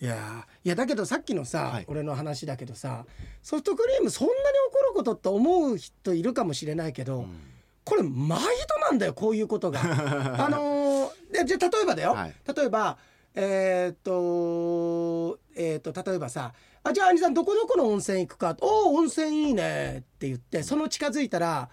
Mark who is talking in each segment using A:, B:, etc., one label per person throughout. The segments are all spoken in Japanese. A: いやーいやだけどさっきのさ、
B: はい
A: 俺の話だけどさソフトクリームそんなに怒ることって思う人いるかもしれないけど、これ毎度なんだよこういうことが。 あのーでじゃあ例えばだよ、
B: はい
A: 例えばえーっとえーっと例えばさあじゃあ兄さんどこどこの温泉行くかおお温泉いいねって言ってその近づいたら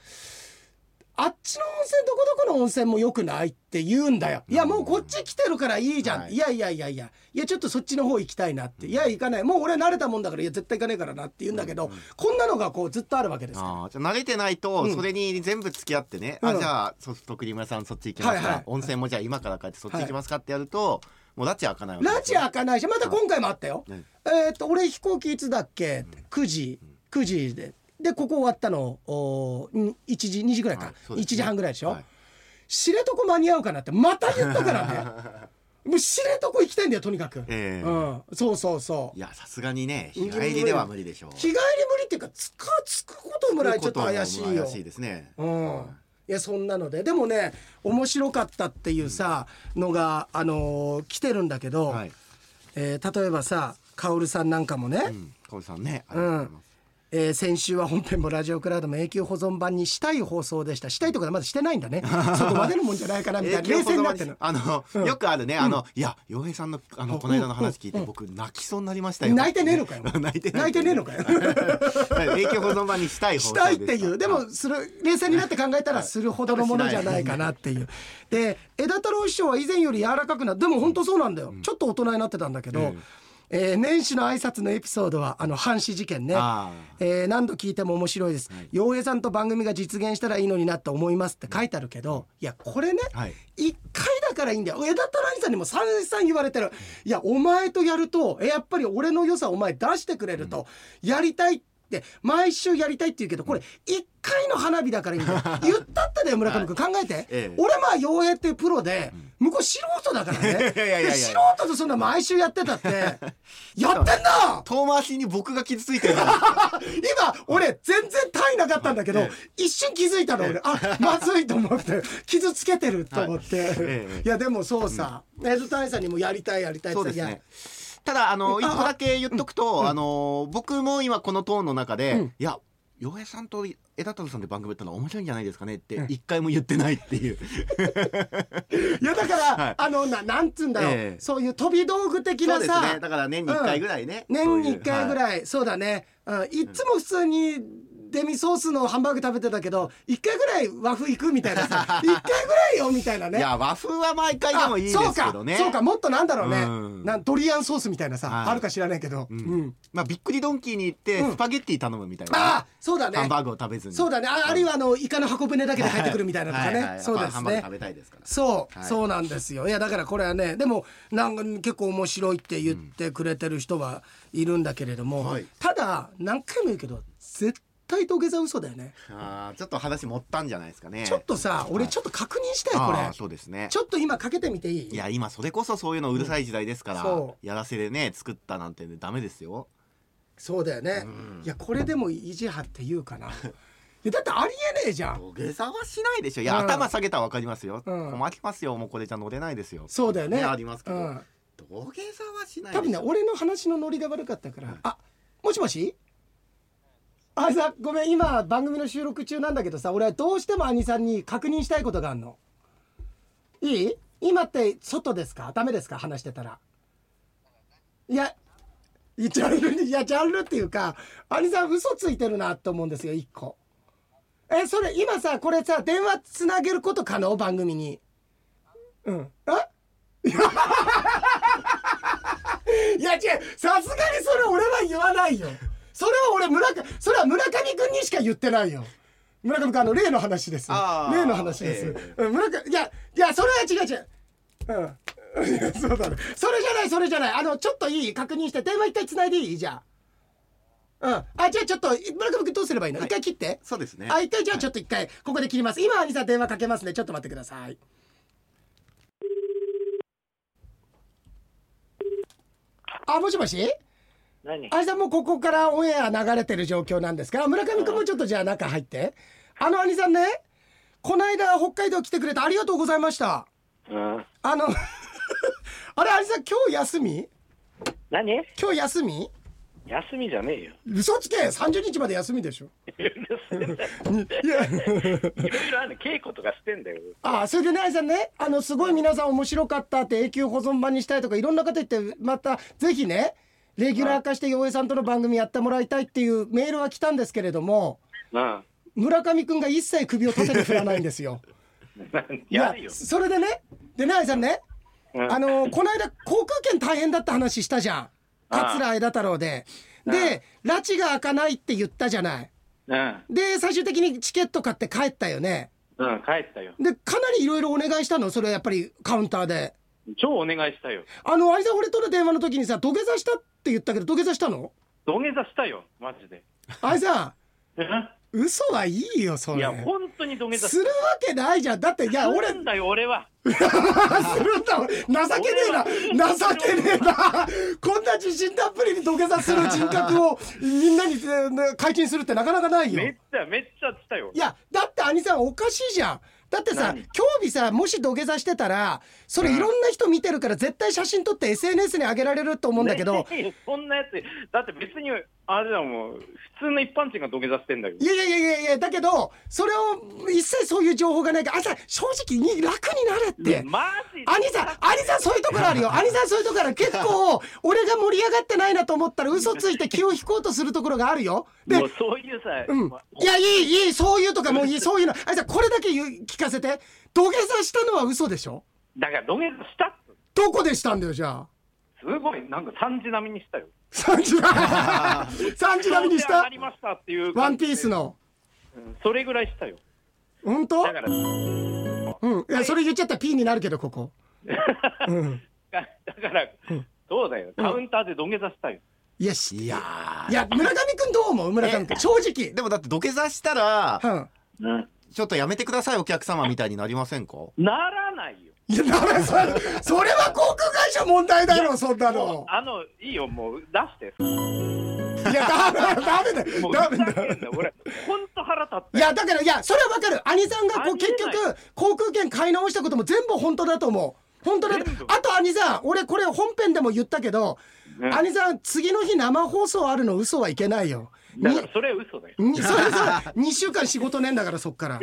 A: あっちの温泉どこどこの温泉も良くないって言うんだよいやもうこっち来てるからいいじゃん、
B: はい
A: い、やいやいやいやいやちょっとそっちの方行きたいなっていや行かないもう俺慣れたもんだからいや絶対行かねえからなって言うんだけど、こんなのがこうずっとあるわけですよ
B: あーじゃあ慣れてないとそれに全部付き合ってね、
A: うん
B: あじゃあソフトクリーム屋さんそっち行きますか、
A: はいはい
B: 温泉もじゃあ今から帰ってそっち行きますかってやると、もう拉致開かないわけ
A: ラチ開かないしまた今回もあったよ、
B: ね
A: えーっと俺飛行機いつだっけ9時9時ででここ終わったのおーん1時2時ぐらいか、
B: はいそう
A: 1
B: ですね
A: 時半ぐらいでしょ、
B: はい
A: 知床間に合うかなってまた言ったから ねもう知床行きたいんだよとにかく、
B: ええ
A: うん、そうそうそう
B: いやさすがにね日帰りでは無理でしょう
A: 日帰り無理っていうかつかつくことぐらいちょっと怪しいよ
B: 怪しいですね、
A: うん、いやそんなのででもね面白かったっていうさ、のが、あのー来てるんだけど、
B: はい、
A: えー例えばさ薫さんなんかもね、
B: うん、小渕さんねありがとうございます、
A: えー先週は本編もラジオクラウドも永久保存版にしたい放送でしたしたいとかまだしてないんだ ねそこまでのもんじゃないかなみたいな冷静になってるの
B: あの、よくあるね、あの、いや、洋平さんの、あの、この間の話聞いて、僕泣きそうになりましたよ。
A: 泣いてねえのかよ
B: 泣いて
A: 泣いてねえのかよ
B: 影響保存版にしたい方。
A: したいっていうでもする冷静になって考えたらするほどのものじゃないかなっていうで枝太郎師匠は以前より柔らかくなでも本当そうなんだよ、ちょっと大人になってたんだけど、えー年始の挨拶のエピソードはあの阪神事件ね
B: ああ、
A: えー何度聞いても面白いです洋、平さんと番組が実現したらいいのになって思いますって書いてあるけど、いやこれね、
B: はい
A: 一回だからいいんだよ枝太郎さんにも散々言われてるいやお前とやるとえやっぱり俺の良さお前出してくれると、やりたいって毎週やりたいって言うけどこれ一回の花火だからいいん だよ言ったってだよ村上君考えて、
B: ええ
A: 俺まあ洋平っていうプロで、向こう素人だからね
B: いやいやいやいや
A: で素人とそんな毎週やって たってやってんな
B: 遠回しに僕が傷ついて るから。
A: 今俺全然単位なかったんだけど
B: え
A: 一瞬気づいたの俺あまずいと思 って傷つけてると思って
B: ええ
A: いやでもそうさエズタイさんにもやりたいやりたい
B: そう
A: って
B: です
A: いや
B: ね。ただあの
A: あ
B: 一個だけ言っとくと、あの僕も今このトーンの中で、いや洋平さんと枝太郎さんで番組やったの面白いんじゃないですかねって一回も言ってないって いう、
A: いやだか
B: はい
A: らあのななんつうんだろ
B: え
A: う
B: え
A: そういう飛び道具的
B: そう
A: な
B: ですね
A: さ
B: だから年に一回ぐらいね、
A: 年に1回ぐ
B: い、
A: らいそうだねうんいつも普通にデミソースのハンバーグ食べてたけど1回ぐらい和風行くみたいなさ1回 ぐらいよみたいなね
B: いや和風は毎回でもいいですけどね
A: あそうかそうかもっとなんだろうね、
B: うん
A: なんドリアンソースみたいなさ、
B: はい
A: あるか知らないけど、うん
B: まあびっくりドンキーに行ってスパゲッティ頼むみたいなね、
A: ああそうだね
B: ハンバーグを食べずに
A: そうだねああるいはあのイカの箱舟だけで入ってくるみたいなとかね、
B: はいはいはい
A: そうですね
B: ハンバーグ食べたいですから
A: そう、
B: はい
A: そうなんですよいやだからこれはねでもなんか結構面白いって言ってくれてる人はいるんだけれども、
B: はい
A: ただ何回も言うけど絶対土下座嘘だよね、
B: あーちょっと話持ったんじゃないですかね
A: ちょっとさ俺ちょっと確認したいこれ、
B: あーそうですね
A: ちょっと今かけてみていい
B: いや今それこそそういうのうるさい時代ですから、
A: うんそ
B: やらせでね作ったなんて、ね、ダメですよ
A: そうだよね、いやこれでも意地張って言うかな いやだってありえねえじゃん
B: 土下座はしないでしょいや、
A: うん
B: 頭下げたらわかりますよ、
A: うん
B: 困りますよもうこれじゃ乗れないですよ
A: そうだよね
B: ありますけど、
A: うん
B: 土下座はしないで
A: 多
B: しょ
A: 分ね俺の話のノリが悪かったから、あもしもしあさごめん今番組の収録中なんだけどさ俺はどうしても兄さんに確認したいことがあるのいい今って外ですかダメですか話してたらいやいやジャンルにいやジャンルっていうか兄さん嘘ついてるなと思うんですよ一個えそれ今さこれさ電話つなげること可能番組にうんえ いや違うさすがにそれ俺は言わないよそれは俺村上それは村上君にしか言ってないよ村上君あの例の話です
B: あー
A: 例の話です、
B: え
A: うん村上いやいやそれは違う違ううんいやそうだねそれじゃないそれじゃないあのちょっといい確認して電話一回つないでいいじゃあうんあじゃあちょっと村上君どうすればいいの、一回切って
B: そうですね
A: あ一回じゃあちょっと一回ここで切ります、今兄さん電話かけますねちょっと待ってくださいあもしもし
C: 何
A: 兄さんもうここからオンエア流れてる状況なんですが村上君もちょっとじゃあ中入ってあの兄さんねこの間北海道来てくれてありがとうございました
C: うん
A: あのあれ兄さん今日休み
C: 何
A: 今日休み
C: 休みじゃねえよ。
A: 嘘つけ30日まで休みでしょいや
C: いろいろある 稽古とかしてんだよ。
A: ああそれでね愛さんねあのすごい皆さん面白かったって永久保存版にしたいとかいろんな方言ってまたぜひねレギュラー化して洋江さんとの番組やってもらいたいっていうメールは来たんですけれども
C: うん。
A: 村上くんが一切首を縦に振らないんですよ。
C: やるよ。
A: それでねでね愛さんね
C: うん
A: あのこの間航空券大変だった話したじゃん桂枝太郎で。で拉致が開かないって言ったじゃない。
C: うん。
A: で最終的にチケット買って帰ったよね。
C: うん、帰ったよ。
A: でかなりいろいろお願いしたのそれやっぱりカウンターで。
C: 超お願いしたよ。
A: あの有さん俺との電話の時にさ土下座したって言ったけど土下座した の
C: 土下座したよ、マジで。
A: 有さ
C: うん
A: ん嘘はいいよそ
C: い
A: れ
C: や、本当に土下座
A: するわけないじゃんだっていや俺
C: するんだよ、俺は。
A: あするんだ俺情けねえな情けねえなこんな自信たっぷりに土下座する人格をみんなにえーね解禁するってなかなかないよ
C: めっちゃ、めっちゃしたよ
A: い。やだって兄さんおかしいじゃんだってさ
C: 何
A: 興味さもし土下座してたらそれ
C: うん
A: いろんな人見てるから絶対写真撮って SNS に上げられると思うんだけど、
C: ねえよそんなやつ、だって別に、あれだもん、普通の一般人が土下座してんだよ。
A: いやいやいやいやいやだけどそれを一切そういう情報がないからあさ正直に楽になれって。
C: マジ
A: 兄さん、兄さんそういうところあるよ。兄さんそういうところある。結構、俺が盛り上がってないなと思ったら嘘ついて気を引こうとするところがあるよ。で
C: も、うそういうさ、
A: うん。いや、いい、いい、そういうとかもういい、そういうの。兄さん、これだけ言う聞かせて。土下座したのは嘘でしょ
C: だから土下座したっつ
A: どこでしたんだよ、じゃあ。
C: すごい、なんか3時並みにしたよ。
A: 三時並み。三時並みにし
C: 上が
A: た
C: りましたっていう
A: ワ
C: 感
A: ン
C: じ
A: ピ
C: で
A: ース。の。
C: うんそれぐらいしたよ。
A: 本当
C: だから、
A: う ん。いや、それ言っちゃったら P になるけど、ここ。うん。
C: だから、そうだよ、カウンターで土下座したよ。
A: いや、し
B: いや
A: いや、村上くんどう思う村上くん。正
B: ー
A: 直。
B: でもだって土下座したら、
A: うん。
B: ちょっとやめてくださいお客様みたいになりま せんか
C: ならないよ。
A: いや、ならそれ、それは航空会社問題だろ、そんな
C: もう
A: の。
C: あの、いいよ、もう出して。
A: いや、ダメだよ、ダメだ
C: も
A: よ、
C: う
A: ダ
C: ふ
A: メ
C: ざ
A: だ
C: け
A: よ。
C: んなよ、俺、ほんと腹立っ
A: いや、だから、いや、それはわかる。兄さんがこう、
C: ありえ
A: 結
C: ない
A: 局、航空券買い直したことも全部本当だと思う。本当だと
C: 全部。
A: あと、兄さん、俺、これ本編でも言ったけど、
C: うん
A: 兄さん、次の日生放送あるの嘘はいけないよ。
C: た。だ
A: に
C: から、それ嘘だよ。
A: にそれ さ、2週間仕事ねえんだから、そっ から。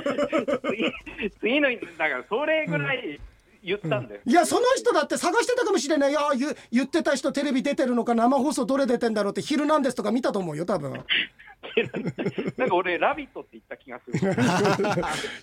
C: 次次の日だからそれぐらい言ったんだよ、
A: いや、その人だって探してたかもしれない。いや、ゆ言ってた人、テレビ出てるのか、生放送どれ出てんだろうって、昼なんですとか見たと思うよ、多分。
C: なんか俺「ラビット!」って言った気が する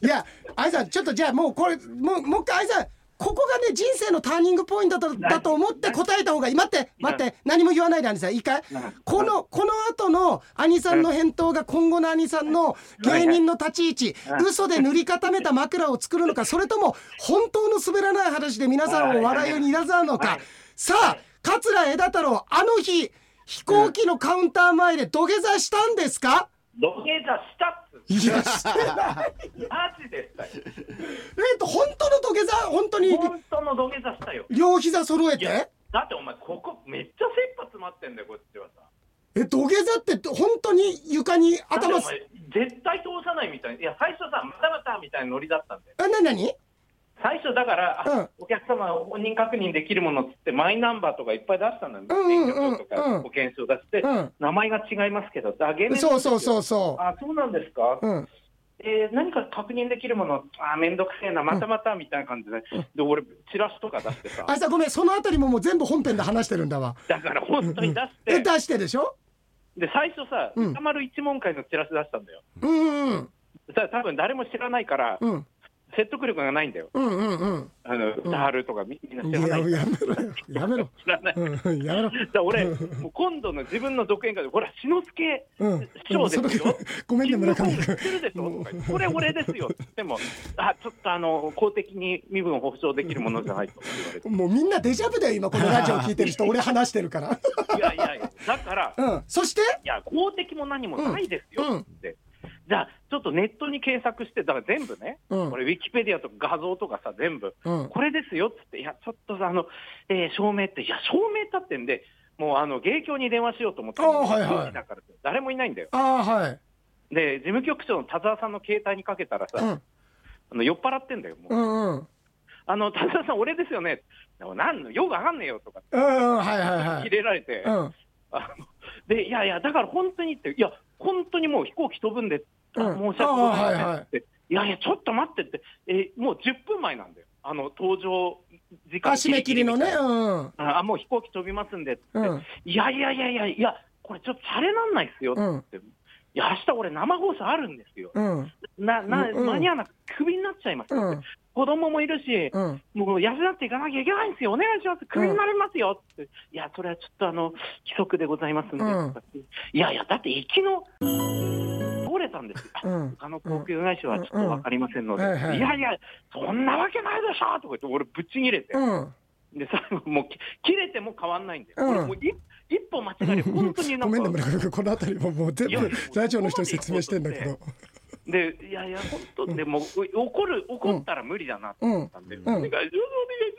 A: いや、あいさん、ちょっとじゃあもうこれ、もう、もう一回あいさん、ここがね、人生のターニングポイントだとだと思って答えた方がいい。待って、待って、何も言わないで、兄さん、いいかい
C: うん
A: この、この後の兄さんの返答が今後の兄さんの芸人の立ち位置、
C: うん
A: 嘘で塗り固めた枕を作るのか、それとも本当の滑らない話で皆さんを笑いをになざるの
C: は
A: か
C: い。
A: さあ、桂枝太郎、あの日、飛行機のカウンター前で土下座したんですか
C: 土下座したっつう
A: いや、してない。
C: マジでしたよ
A: えっと、本当の土下座、本当に
C: 本当の土下座したよ
A: 両膝揃え
C: いや
A: て。
C: だってお前ここめっちゃ切羽詰まってんだよこっちはさ
A: え、土下座って本当に床に
C: だってお
A: 頭す。
C: 前絶対通さないみたいないや最初さまたまたみたいなノリだったんだよ
A: あ、なになに。
C: 最初だから、あ
A: うん
C: お客様本人確認できるものっつってマイナンバーとかいっぱい出したんだよ、
A: うんうんうんうん
C: 免許証とか保険証出して、
A: うん
C: 名前が違いますけどあ芸名
A: そうそうそうそ
C: あそうなんです
A: う。
C: か、
A: うん。
C: えー何か確認できるもの、あー、めんどくせえな、またまたみたいな感じで、で俺、チラシとか出してさ、
A: あ、さ、ごめん、そのあたりももう全部本編で話してるんだわ。
C: だから本当に出し
A: え、
C: て
A: 出、してでしょ
C: で最初さ、
A: うん
C: 歌丸一問会のチラシ出したんだよ。
A: うんうん。
C: た多分誰も知らないから、
A: うん。
C: 説得力がないんだよ、
A: うんうんうん。
C: あの歌丸とかみみんな知
A: い
C: らな
A: や、
C: い。
A: やめろよ。やめろ。
C: 知らない
A: うん、やめろ。
C: だから俺、もう今度の自分の独演会で、ほら、志の輔
A: うん
C: 師匠です
A: その
C: よ、
A: ごめんね村上
C: 君。知ってるでしょとか言ってこれ、俺ですよって言っても、あちょっとあの公的に身分を保障できるものじゃないと言われて。
A: もうみんなデジャブだよ、今このラジオ聞いてる人、俺話してるから。
C: いやいやいや、だから、
A: うん。そして。
C: いや、公的も何もないですよ
A: うんうん
C: って、じゃあ、ちょっとネットに検索して、だから全部ね、
A: うん
C: これ、ウィキペディアとか画像とかさ、全部、
A: うん
C: これですよっつって、いや、ちょっとさ、あのえー証明って、いや、証明立ってんで、もうあの芸協に電話しようと思って、
A: あーはいはい
C: 10時だから誰もいないんだよ。
A: ああ、はい。
C: で、事務局長の田沢さんの携帯にかけたらさ、
A: うん。
C: あの酔っ払ってんだよ、もう。
A: うんうん。
C: あの、田中さん、俺ですよね。でもなんの、よくわかんねえよとか、
A: うんうんはいはいは
C: 切
A: い
C: れられて、
A: うん
C: あので、いやいや、だから本当にって、いや、本当にもう飛行機飛ぶんで、あ
A: うん
C: 申し訳ございません
A: あはいはい
C: って、いやいや、ちょっと待ってって、えもう10分前なんだよ、あの、登場時
A: あ
C: 間
A: 締め切りのね
C: ギリギリみたいな
A: うん
C: ああ、もう飛行機飛びますんでって、
A: うん
C: いやいやいやいや、いや、これちょっとシャレなんないっすよって、
A: う
C: い
A: ん
C: や、明日俺生放送あるんですよ。
A: うん
C: な、な、
A: うんうん
C: 間に合わなくてクビになっちゃいます
A: う
C: よ、
A: ん
C: 子供もいるし、
A: うん
C: もう養っていかなきゃいけないんですよ。お願いします。クビになりますよって。いや、それはちょっとあの、規則でございますんで。
A: うん
C: いやいや、だって行きの、倒れたんですよ。あ
A: うん
C: 他の航空会社はちょっとわかりませんので、
A: うんうんはいはい
C: いやいや、そんなわけないでしょとか言って、俺ぶっちぎれて、
A: うん
C: で、最後もうき、切れても変わんないんで、
A: うん
C: これもう一一歩間違えれば本当にな
A: ご
C: ん
A: め
C: か
A: んね、村上君、この辺りももう全
C: いや
A: 部ラジオの人に説明してんだけど。
C: で、いやいや、本当でもう、う怒る、怒ったら無理だなと思ったんで、
B: うん
C: お願いします、お願いします、お願いし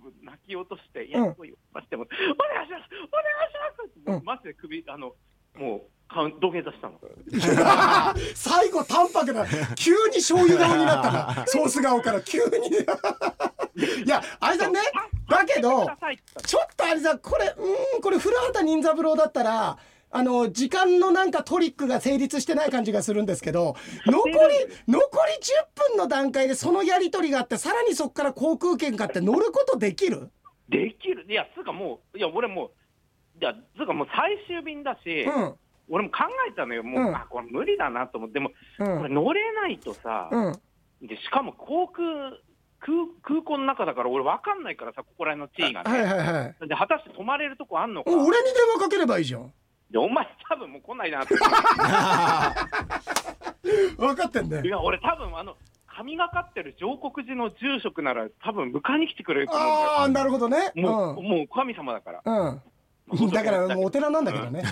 C: ますって泣き落として、いや、
A: うん
C: こう言いましても、お願いします、お願いしますって、
A: うん
C: マジで首、あの、もう、かん土下座したの。
A: 最後淡白な急に醤油顔になったなソース顔から急にいやあれだねだけど
C: 助けてくださいって言っ
A: ちょっとあれさこれうーんこれ古畑任三郎だったらあの時間のなんかトリックが成立してない感じがするんですけど残り 残り10分の段階でそのやり取りがあってさらにそこから航空券買って乗ることできる
C: たできる、いや、つうかもう、いや、俺もう、いや、つうかもう最終便だし、
A: うん
C: 俺も考えたのよ、もう、
A: うん
C: あ、これ無理だなと思って、でも、
A: う
C: これ
A: ん
C: 乗れないとさ、
A: うん
C: でしかも航空空、空港の中だから、俺、分かんないからさ、ここら辺の地位がね。
A: はいはいはい
C: で果たして泊まれるとこあんのか
A: 俺に電話かければいいじゃん
C: でお前多分もう来ないなって
A: 分かってんだよ
C: いや俺多分あの神がかってる上国寺の住職なら多分迎えに来てくれると思うんだよ
A: ああなるほどねうん
C: もう,、もう神様だから
A: うん、 だからもうお寺なんだけどね。う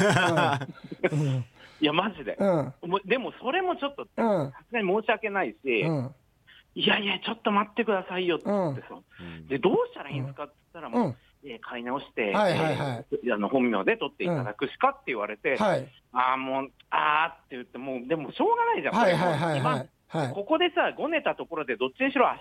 A: ん
C: いやマジで、
A: うん
C: もうでもそれもちょっと
A: う
C: さ
A: ん
C: すがに申し訳ないし、
A: うん
C: いやいやちょっと待ってくださいよって言ってさ、でどうしたらいいんですかって言ったら
A: う
C: もう、
A: ん
C: えー買い直して、
A: はいはいはい
C: えーあの本名で取っていただくしかって言われて、
A: はい
C: ああもうああって言ってもうでもしょうがないじゃん、
A: はいはいはい
C: 今
A: はいはい
C: ここでさ、ごねたところで、どっちにしろ明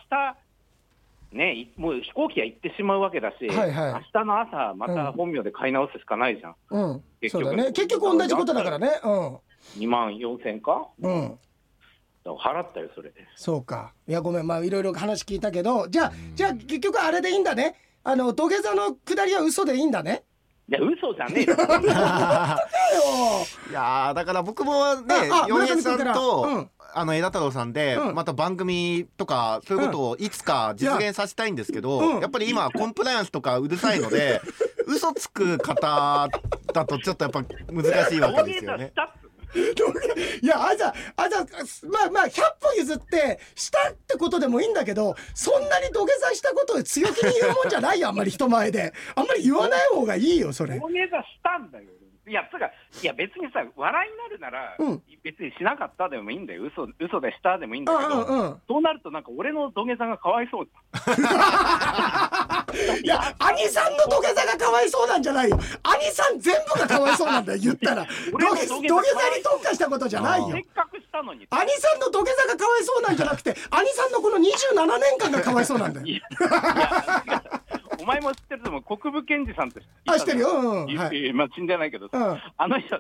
C: 日ねいもう飛行機は行ってしまうわけだし、
A: はいはい
C: 明日の朝、また本名で買い直すしかないじゃん、
A: うん
C: 結
A: そう
C: 局
A: だね結局同じことだからね
C: 2万4000か、
A: うんうん
C: だから払ったよ、それで。
A: そうかいやごめんまあいろいろ話聞いたけどじゃあじゃあ結局あれでいいんだねあの土下座の下りは嘘でいいんだね
C: いや、嘘じゃねえよ、
B: いやーだから僕もね
A: ああ
B: 洋
A: 村
B: 平
A: 上
B: さ
A: 君から
B: んと、
A: うん
B: あの枝太郎さんで、
A: うん
B: また番組とかそういうことをいつか実現させたいんですけど、
A: うん
B: やっぱり今コンプライアンスとかうるさい ので嘘つく方だとちょっとやっぱ難しいわけですよね
C: し。たっつうの
A: いやあざあざまあまあ100歩譲ってしたってことでもいいんだけどそんなに土下座したことを強気に言うもんじゃないよあんまり人前であんまり言わない方がいいよそれ
C: 大ネタしたんだよ。いや、つうか、いや、別にさ、笑いになるなら、
A: うん
C: 別にしなかったでもいいんだよ、嘘嘘でしたでもいい
A: う
C: んだけど、
A: んうんうん
C: そうなると、なんか俺の土下座がかわいそうだ
A: いや兄さんの土下座がかわいそうなんじゃないよ兄さん全部がかわいそうなんだよ言ったら土
C: 俺の
A: 下
C: 土下
A: 土
C: 座
A: 下座に特化したことじゃないよ
C: せっかくしたのに、
A: 兄さんの土下座がかわいそうなんじゃなくて兄さんのこの27年間がかわいそうなんだよ
C: いや、お前も知ってると思う、国分健二さんって知ってた
A: あ知ってるようんうん
C: い
A: はい
C: いやまあ、死んでないけどさ、
A: うん
C: あの人、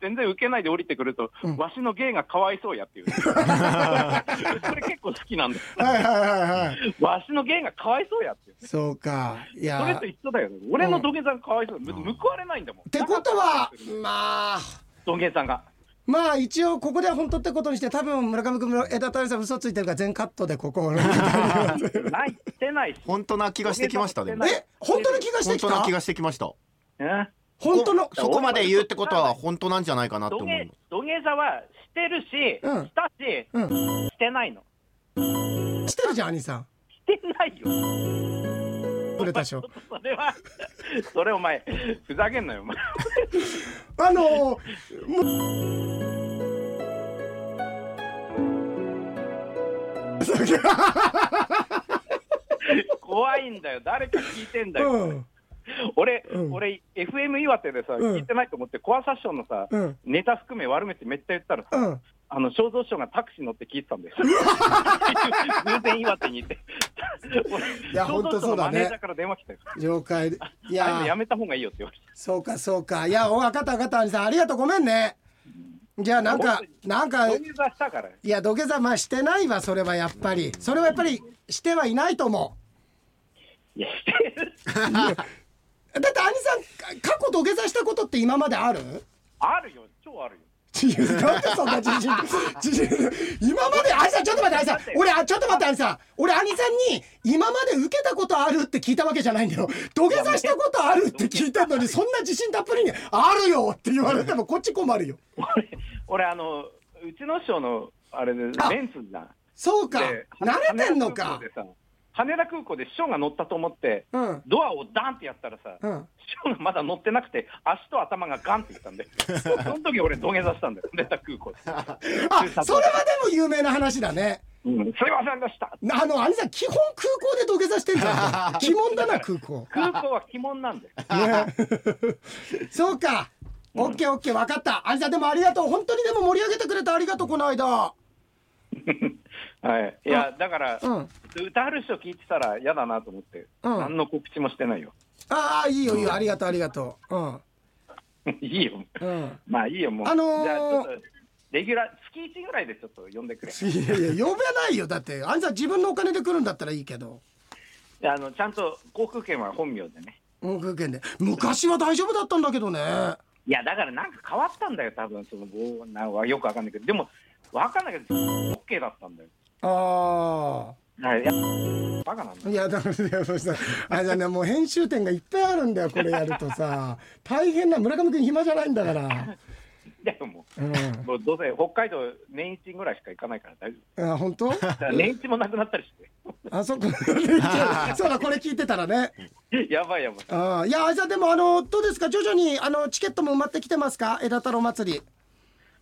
C: 全然受けないで降りてくると、
A: うん
C: わしの芸がかわいそう やっていう、それ結構好きなんだ
A: はいはいはいはい
C: わしの芸がかわいそうやっていう、
A: そうかいや
C: それと一緒だよね、俺の土下座がかわいそう、む報われないんだもん。
A: ってことはまあ
C: 土下 座が
A: まあ一応ここでは本当ってことにして多分村上君の枝太郎さん嘘ついてるから全カットでここを
C: ないしてないし、
B: 本当な気がしてきましたでも
C: 土下座
A: え本当の気がして
B: 本
A: きた
B: 当な気がしてきました
C: ね、
A: 本当の
B: そこまで言うってことは本当なんじゃないかなって
C: 土
B: 思う
C: 下土下座はしてるし、
A: うん
C: したし、
A: う
C: してないの、
A: んしてるじゃん兄さ ん
C: してないよ。
A: くれたでしょ
C: それは、それお前、ふざけんなよ、お前。
A: あ のー
C: 怖いんだよ、誰か聞いてんだよ。
A: うん
C: 俺、
A: うん
C: 俺、FM 岩手でさ、
A: うん
C: 聞いてないと思って、コアサッションのさ、
A: うん
C: ネタ含め悪めてめっちゃ言ったらさ、
A: うん
C: あの肖像師匠がタクシー乗って聞いてた んです。偶然岩手に行って。
A: いや
C: 肖
A: 本
C: 像師匠
A: 当そ
C: の
A: うだね
C: マネージャーから電話来たよ。
A: 了解い
C: ああいうのや
A: や
C: めた方がいいよって言われて。
A: そうかそうかいやお分かった分かった兄さんありがとうごめんねじゃあなんかなんか
C: 土下座したから。
A: いや土下座まあしてないわそれはやっぱりそれはやっぱりしてはいないと思
C: いや、してる。
A: うだって兄さんか過去土下座したことって今まである
C: あるよ、超あるよ。
A: いやなんでそんな自信自信今まで兄さんちょっと待って兄さん俺あちょっと待って兄さん俺兄さんに今まで受けたことあるって聞いたわけじゃないんだよ土下座したことあるって聞いたのにそんな自信たっぷりに「あるよ!」って言われてもこっち困るよ
C: 俺、俺あの、うちの師匠の、あれで、レンスじゃん。
A: そうか
C: で
A: 慣れてんの
C: 羽
A: か
C: 田空港でさ羽田空港で師匠が乗ったと思って、
A: うん
C: ドアをダンってやったらさ、
A: うん
C: 師匠がまだ乗ってなくて、足と頭がガンっていったん で、その時俺、土下座したんだよ、羽田空港で。
A: あそれはでも有名な話だね
C: うん、すいませんでした。
A: あの兄さん基本空港で土下座してんじゃん鬼門だな空港
C: 空港は鬼門 なんで。
A: ねそうか。オッケーオッケー分かった。あんさんでもありがとう。本当にでも盛り上げてくれてありがとうこの間。
C: はい、いや、だから、
A: うん
C: 歌ある人聞いてたら嫌だなと思って、
A: うん
C: 何の告知もしてないよ。
A: ああいいよいいよありがとうありがとう。うん
C: いいよ。
A: うん。
C: まあいいよ、もう。
A: あのー
C: じゃあ、ちょっと、レギュラー、月1ぐらいでちょっと呼んでくれ。
A: いやいや呼べないよだってあんさん自分のお金で来るんだったらいいけど。
C: であのちゃんと航空券は本名でね。
A: 航空券で昔は大丈夫だったんだけどね。
C: いや、だからなんか変わったんだよ、多分その棒なんはよくわかんないけど、でも、わかんないけど、OK だったんだよ。
A: あ
C: だからいやバカなんだ
A: あ
C: よ。
A: いやだからそうしたあれだねもう編集点がいっぱいあるんだよこれやるとさ大変な村上君暇じゃないんだから。
C: だよも
A: うん
C: う、もうどうせ北海道年一ぐらいしか行かないから大丈夫。
A: あ本当？
C: だから年一もなくなったりし
A: あそこそうだこれ聞いてたらね。
C: て。 やばいやばい。
A: ああいやあじゃあでもあのどうですか徐々にあのチケットも埋まってきてますか枝太郎祭り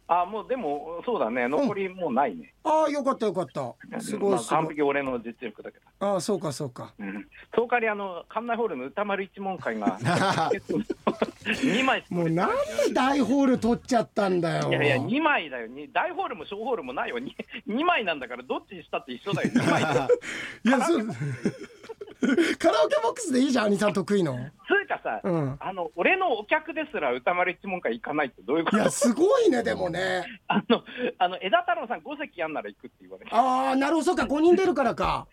C: あ、もうでも、そうだね、残りもうないね。
A: ああよかったよかったすご
C: ま
A: い
C: あ
A: すご
C: 完
A: い
C: 璧俺の実力だけど。
A: ああそうかそうか
C: うんその代わりあの館内ホールの歌丸一門会 が2枚しか
A: も
C: 売
A: う
C: れて
A: なん
C: ない
A: で大ホール取っちゃったんだよ
C: いやいや2枚だよに大ホールも小ホールもないよ 2, 2枚なんだからどっちにしたって一緒だよ2枚だ よ
A: いやそう カラオケボックスでいいじゃん兄さん得意の
C: つうかさ、
A: うん
C: あの俺のお客ですら歌丸一門会行かないってどういうこ
A: い
C: と
A: やすごいねでもね
C: あのあの枝太郎さん5席やんなら行くって言われて
A: ああなるほどそうか5人出るから か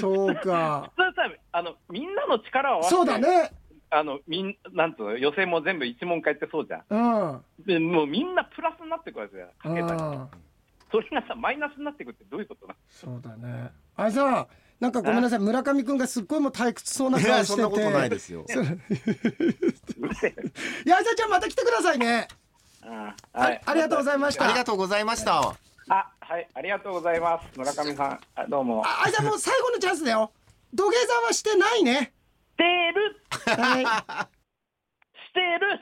A: そうか
C: 普通さあのみんなの力を合わせて
A: そうだね
C: あのみんなんつうの予選も全部一問会ってそうじゃん
A: うんうん
C: でもうみんなプラスになってくるわけじゃんかけたりそれがさマイナスになってくってどういうことなの
A: そうだね。あれさ、なんかごめんなさい、村上くんがすっごいもう退屈そうない顔
B: や
A: してて。
B: そんなことな いですよ
C: うるせえ
A: いや、あいさちゃんまた来てくださいね。
C: あ
A: あありがとうござい
C: ま
A: まし
B: あ
A: た。
B: りがとうございました、
C: す。あ、はい、ありがとうございます。村上さん、あどうも。
A: ああいさもう最後のチャンスだよ。土下座はしてないね。
C: してる、
A: はい。
C: してる。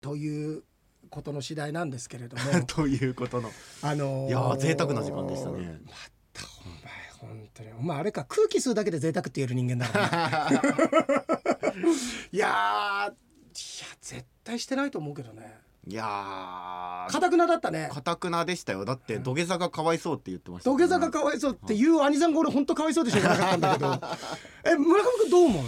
A: ということの次第なんですけれども
B: ということの
A: あのー
B: いやー贅沢な時間でした ね
A: お前本当にお前あれか空気吸うだけで贅沢って言える人間だ からね、いやーいや絶対してないと思うけどね
B: いやー
A: かたくなだったね
B: かたくなでしたよだって土下座がかわいそうって言ってました
A: 土下座がかわいそうっていう兄さんが俺本当かわいそうでしょうがなかったんだけ どえ村上君どう思う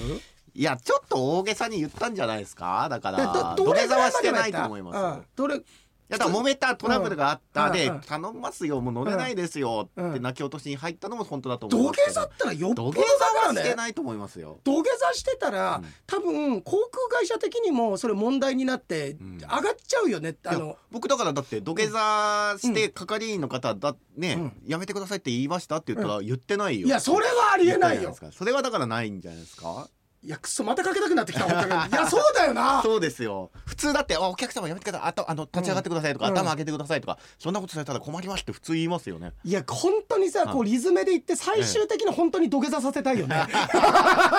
B: いやちょっと大げさに言ったんじゃないですかだから
A: だだ
B: 土下座はし
A: どれ
B: て
A: ぐら
B: ないと
A: まで
B: 思いま
A: はやったう
B: す
A: んどれ
B: いやだから揉めたトラブルがあったで
A: うん
B: 頼みますよもう乗れないですよ
A: うん
B: って泣き落としに入ったのも本当だと思
A: 土
B: いますけ
A: 下
B: ど
A: 座ったらよっぽど
B: 土下
A: だ
B: 座
A: か
B: は
A: ら
B: して
A: ね
B: ないと思いますよ
A: 土下座してたら、多分航空会社的にもそれ問題になって、
B: ん
A: 上がっちゃうよねってあ
B: いや
A: の
B: 僕だからだって土下座して係員の方だね、やめてくださいって言いましたって言ったら言ってないよ
A: いやそれはありえない
B: 言
A: よ
B: ったじゃですかそれはだからないんじゃないですか
A: いやくそまたかけたくなってきた 本当にいやそうだよな
B: そうですよ普通だってあお客様やめてくださいあとあの立ち上がってくださいとか、
A: うん
B: 頭上げてくださいとかそんなことされたら困りますって普通言いますよね
A: いや本当にさこうリズムでいって最終的に本当に土下座させたいよね。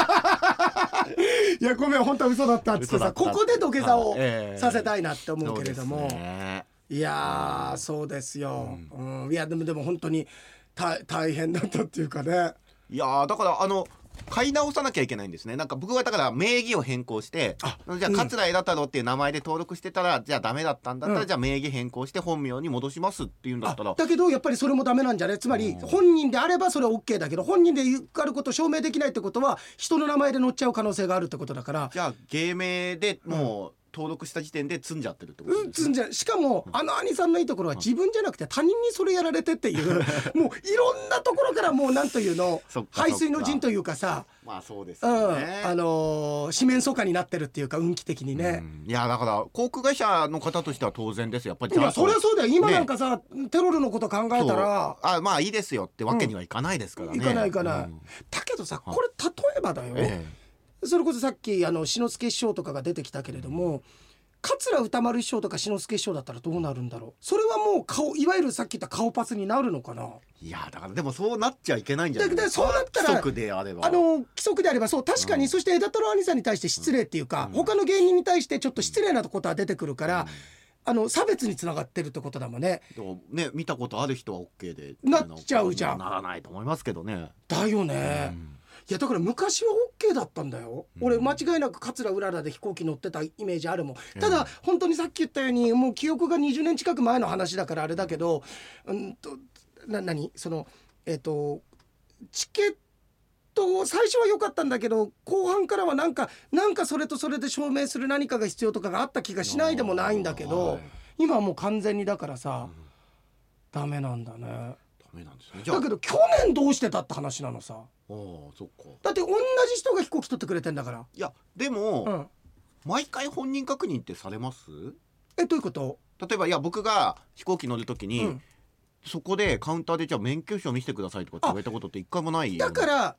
A: いやごめん本当は嘘だったっつって
B: 嘘だ
A: さ
B: ったっ
A: こ
B: て
A: こで土下座を
B: はいええ
A: させたいなって思うけれども、
B: そうですね
A: いやーそうですよ、うんいやでもでも本当にた大変だったっていうかね
B: いやーだからあの買い直さなきゃいけないんですねなんか僕はだから名義を変更して
A: あ
B: じゃあ
A: うん
B: 桂枝太郎っていう名前で登録してたら、じゃあダメだったんだったら、
A: うん
B: じゃあ名義変更して本名に戻しますっていうんだったら
A: あだけどやっぱりそれもダメなんじゃねつまり
B: うん
A: 本人であればそれは OK だけど本人であることを証明できないってことは人の名前で載っちゃう可能性があるってことだから
B: じゃあ芸名でもう登録した時点で積んじゃってるってこと
A: う
B: で
A: ん
B: す
A: つ
B: ね
A: んじゃしかもあの兄さんのいいところは自分じゃなくて他人にそれやられてっていう もういろんなところからもうなんというの
B: そっかそっか
A: 排水の陣というかさ
B: まあそうです
A: うん
B: よね、
A: あのー四面楚歌になってるっていうか運気的にね。
B: うんいやだから航空会社の方としては当然ですよやっぱり
A: いやそりゃそうだよ今
B: ね
A: なんかさ、テロルのこと考えたら
B: そうあまあいいですよってわけにはいかないですからね、
A: いかないいかない、
B: うん
A: だけどさこれ例えばだよ、
B: え
A: それこそさっきあの志の輔師匠とかが出てきたけれども桂歌丸師匠とか志の輔師匠だったらどうなるんだろうそれはもう顔いわゆるさっき言った顔パスになるのかな
B: えいやだからでもそうなっちゃいけないんじゃない
A: だからそうなったら
B: 規則であれば
A: あの規則であればそう確かに、
B: うん
A: そして枝太郎兄さんに対して失礼っていうか、
B: うん
A: 他の芸人に対してちょっと失礼なことは出てくるから、
B: うん
A: あの差別につながってるってことだもんね
B: でもね見たことある人は OK で
A: なっちゃうじゃん
B: ならないと思いますけどね、
A: だよね、いやだから昔は OK だったんだよ、
B: うん
A: 俺間違いなく桂うららで飛行機乗ってたイメージあるもん、
B: うん
A: ただ本当にさっき言ったようにもう記憶が20年近く前の話だからあれだけどうんとな何そのえっ、とチケットを最初は良かったんだけど後半からはなんかなんかそれとそれで証明する何かが必要とかがあった気がしないでもないんだけど、
B: はい
A: 今はもう完全にだからさ、
B: うん
A: ダメなんだね
B: ダメなんですねじゃあ
A: だけど去年どうしてたって話なのさ
B: ああそっか
A: だって同じ人が飛行機取ってくれてんだから
B: いやでも、
A: うん
B: 毎回本人確認ってされます
A: えどういうこと、
B: 例えばいや僕が飛行機乗るとき
A: う
B: に、
A: ん、
B: そこでカウンターでじゃあ免許証見せてくださいとかって言われたことって一回もないよ
A: だから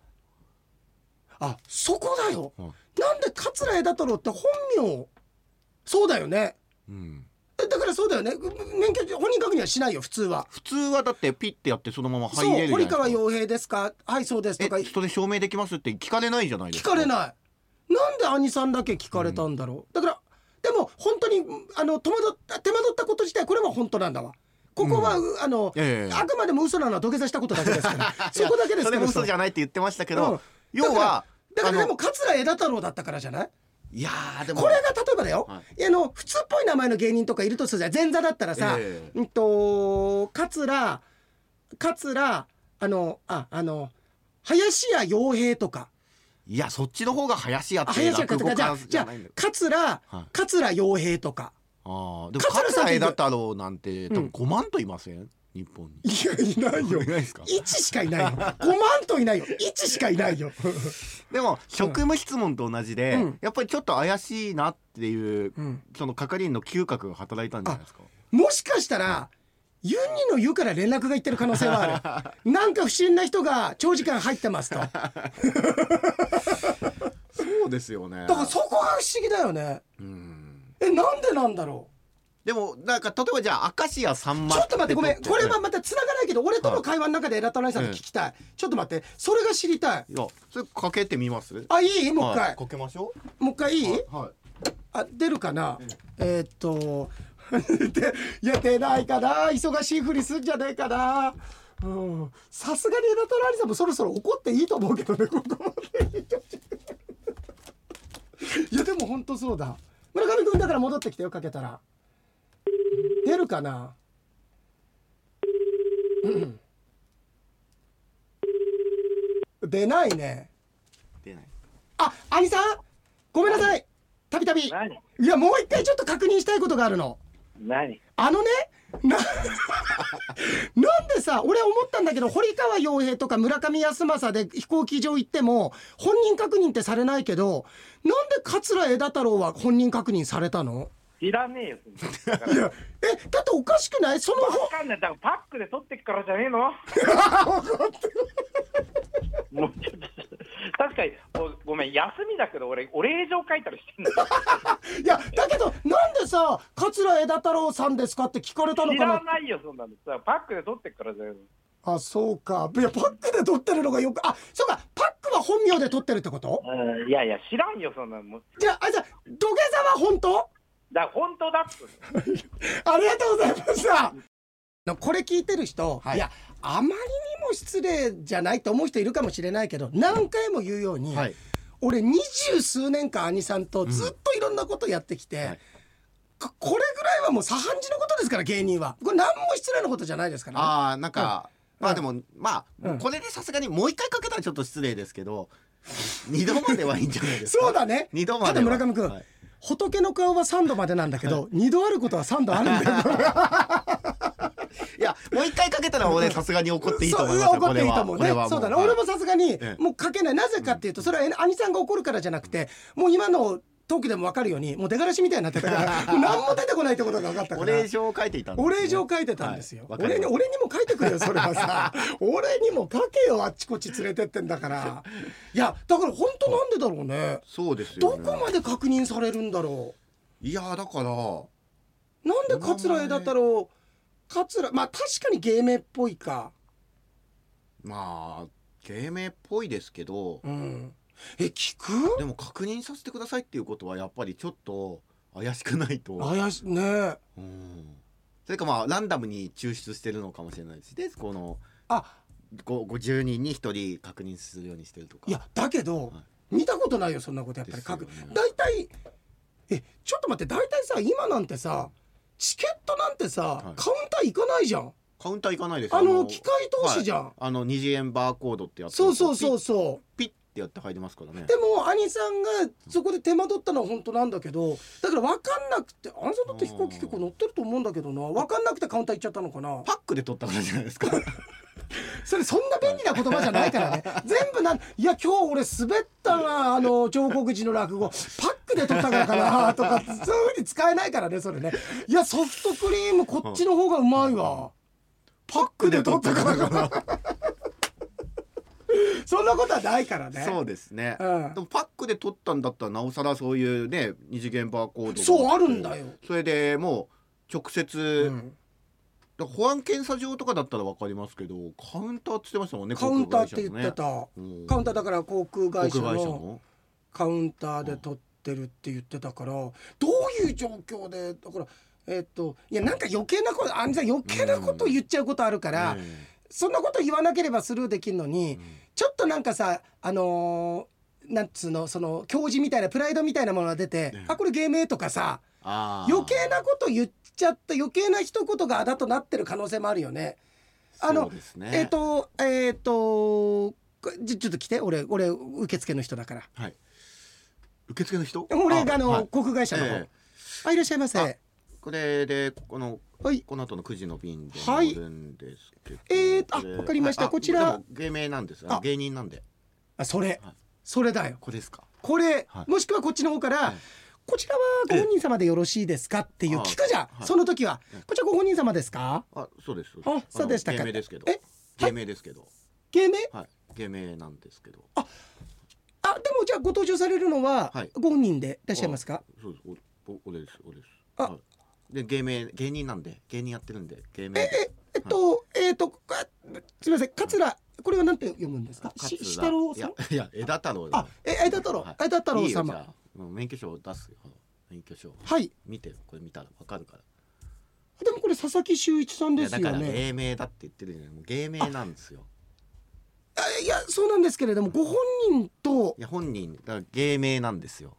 A: あそこだよ、
B: うん
A: なんで桂枝太郎って本名そうだよね
B: うん、
A: えだからそうだよねう免許証本人確認はしないよ普通は、
B: 普通はだってピッてやってそのまま入
A: そ
B: れ
A: う
B: るじゃない
A: 堀
B: ですか
A: 川洋平ですかはいそうですとか
B: えそれ証明できますって聞かれないじゃないで
A: 聞
B: すか
A: かれないなんで兄さんだけ聞かれたんだろう、だからでも本当にあの戸惑った手間取ったこと自体これは本当なんだわここは、うあの、
B: ええ
A: あくまでも嘘なのは土下座したことだけですから そこだけですか
B: それ
A: ら
B: も嘘じ
A: ゃ
B: ゃないって言ってましたけ
A: う
B: ど
A: ん、
B: 要は
A: だから
B: あ
A: で
B: の
A: も桂枝太郎だったからじゃない
B: いやーでも
A: これが例えばだよ、、
B: はい
A: やあの普通っぽい名前の芸人とかいるとするじゃん前座だったらさ、
B: え
A: うんと桂桂あのああの林家洋平とか
B: いやそっちの方が林家っ
A: あ
B: て
A: 林家
B: 落
A: と
B: 語
A: かじゃ
B: 家
A: あじ
B: じゃ
A: ゃあ
B: ないんだよ
A: 桂
B: はい
A: 桂洋平とか
B: あーでも
A: 桂さん
B: 桂枝太郎なんて多
A: うん
B: 分5万といません日本に
A: いやいないよ
B: いないですか
A: 1しかいないよ5万といないよ1しかいない よ
B: でも職務質問と同じで、
A: うん
B: やっぱりちょっと怪しいなっていう、
A: うん
B: その係員の嗅覚が働いたんじゃないですか
A: もしかしたらユニの湯から連絡がいってる可能性はあ るなんか不審な人が長時間入ってますとだか
B: そうですよね
A: らそこが不思議だよね
B: うん
A: えなんでなんだろ
B: でもなんか例えばじゃあ明石家さん
A: う
B: ま
A: ちょっと待ってごめんこれは
B: ま
A: また繋がないけど俺との会話の中でエラトライさんに聞きたいちょっと待ってそれが知りたい
B: いやそれかけてみます
A: あいいもう一
B: はい
A: 回
B: かけましょ
A: もう一回いいう
B: はい
A: あ出るかな、えーっと でいや出ないかな忙しいふりすんじゃねえかなうんさすがに枝太郎兄さんもそろそろ怒っていいと思うけどねここまでいやでも本当そうだ村上君だから戻ってきてよかけたら出るかなうん出ないね
B: 出ない
A: あ兄さんごめんなさいたびたびい
C: 何
A: やもう一回ちょっと確認したいことがあるの
C: 何
A: あのねな なんでさ俺思ったんだけど堀川洋平とか村上康政で飛行機場行っても本人確認ってされないけどなんで桂枝太郎は本人確認されたの
C: 知らねえよ。そんなのだか
A: い
C: ら
A: やえだっておかしくないその
C: わかんない。だからパックで取ってっからじゃねえ のもうちょっと確かにおごめん休みだけど俺お礼状書いたり してんだよ
A: いやだけどなんでさ桂枝太郎さんですかって聞かれたの
C: 知
A: からな
C: ないよそんなのさパックで取ってっからじゃねえの
A: あそうかいやパックで撮ってるのがよくあそうかパックは本名で撮ってるってこと
C: うんいやいや、知らんよ、そんなの。もう
A: じゃあ、あじゃあ土下座は本当
C: だから本当だっつうの
A: ありがとうございました。これ聞いてる人、
B: はい
A: い、やあまりにも失礼じゃないと思う人いるかもしれないけど何回も言うように、
B: はい
A: 俺二十数年間兄さんとずっといろんなことやってきて、
B: はい
A: ここれぐらいはもう左半次のことですから芸人はこれ何も失礼なことじゃないですからね、
B: ああなんか、まあでもまあ、
A: うん
B: これでさすがにもう一回かけたらちょっと失礼ですけど二度まではいいんじゃないですか
A: そうだね
B: 二度まで
A: た
B: は
A: だ村上君、
B: はい
A: 仏の顔は3度までなんだけど、二度あることは3度あるんだよ
B: いやもう一回かけた ら俺さすがに怒っていいと思います
A: そう
B: よ
A: 怒
B: こ
A: っ
B: れ
A: ていい
B: は
A: と思う
B: これ
A: ね
B: はう
A: そうだね
B: はい
A: 俺もさすがに
B: ええ
A: もう書けないなぜかっていうとそれはえ兄さんが怒るからじゃなくてもう今のトークでも分かるようにもう出がらしみたいになってたから もう何も出てこないってことが分かったか
B: お
A: ら
B: 礼状を書いていたんです、
A: お礼状書いてたんですよ、
B: はいわかりま
A: 俺
B: し
A: に俺に
B: た
A: も書いてくれよそれは さ俺にも書けよあっちこっち連れてってんだからいやだから本当なんでだろうね
B: そうです
A: ど
B: よ、
A: こ
B: ね、
A: まで確認されるんだろ
B: いやだか
A: う
B: ら
A: なんで桂枝太郎桂まあ確かに芸名っぽいか
B: まあ芸名っぽいですけど
A: うんえ聞く
B: でも確認させてくださいっていうことはやっぱりちょっと怪しくないと、
A: 怪しねえ
B: うん、それかまあランダムに抽出してるのかもしれないですねこの
A: あ
B: ご50人に1人確認するようにしてるとか
A: いやだけど、
B: は
A: 見たことないよそんなことやっぱり書く、
B: ですよね
A: 大体えちょっと待って大体さ今なんてさチケットなんてさ、
B: い
A: カウンター行かないじゃん
B: カウンター行かないですよ
A: あの機械投資じゃん、
B: はいあの二次元バーコードってやつ
A: そうそうそうそ
B: ピッピッてやって入りますからね
A: うでも兄さんがそこで手間取ったのは本当なんだけどだから分かんなくて兄さんだって飛行機結構乗ってると思うんだけどな分かんなくてカウンター行っちゃったのかな
B: パックで取ったからじゃな いですか
A: それそんな便利な言葉じゃないから ね全部なんいや今日俺滑ったなあの彫刻寺の落語パックで取ったからかなとかそういうふうに使えないからねそれねいやソフトクリームこっちの方がうまいわパックで取ったからかなそんなことはないからね
B: そうですね、
A: うん
B: でもパックで取ったんだったらなおさらそういうね二次元バーコードが
A: そうあるんだよ
B: それでもう直接、
A: うん
B: だから保安検査場とかだったらわかりますけどカウンターって言ってましたもんね
A: カウンターって言って
B: 航空会社のね
A: た
B: うん
A: カウンターだから航空会社
B: 航空
A: のカウンターで撮ってるって言ってたからどういう状況でだからえっといやなんか余計なことあんじゃん余計なこと言っちゃうことあるから、
B: ええ
A: そんなこと言わなければスルーできるのに、ちょっとなんかさあのーなんつうのその教授みたいなプライドみたいなものが出て、
B: ええ
A: あこれ芸名とかさ
B: あー
A: 余計なこと言っちゃった余計な一言があだとなってる可能性もあるよね。あの
B: そうですね
A: えっ、とえっ、とこちょちょっと来て俺俺受付の人だから
B: はい受付の人
A: 俺があの、
B: はい
A: 航空会社の方、
B: え
A: あいらっしゃいませ
B: あこれでこの
A: はい
B: この後の9時の便で
A: は
B: 乗
A: い
B: るんですけど、
A: えーとあ
B: これ
A: わかりました
B: はいあ
A: こちら
B: でも芸名なんです
A: あ
B: あ芸人なんで
A: あそれ、
B: はい
A: それだよ
B: これですか
A: これ、
B: はい
A: もしくはこっちの方から、
B: ええ
A: こちらはご本人様でよろしいですかっていう
B: あ
A: 聞くじゃん、
B: はい
A: その時は、
B: ええ
A: こちらご本人様ですか
B: あそうです
A: あ
B: です
A: そうでしたか
B: の芸名ですけど
A: え
B: 芸名ですけど
A: 芸名
B: はい芸名なんですけど
A: あでもじゃあご登場されるのは、
B: はい
A: ご本人でいらっしゃいますか
B: そうですおお俺です俺です
A: あ
B: はいで芸名芸人なんで芸人やってるんで芸名
A: えええっと、えっとあすみません桂これはなんて読むんですか
B: 勝
A: し
B: 田
A: 下郎さん
B: いやいや枝太郎だ
A: あえ枝太郎
B: はい
A: 枝太郎
B: いいよじ
A: 様
B: ゃあもう免許証出すよ免許証
A: はい
B: 見てよこれ見たらわかるから
A: でもこれ佐々木修一さん
B: い
A: で
B: や
A: す
B: だか
A: よ
B: ら
A: ね
B: 芸名だって言ってるじゃないもう芸名なんですよ
A: あいやそうなんですけれどもご本人と
B: いや本人だから芸名なんですよ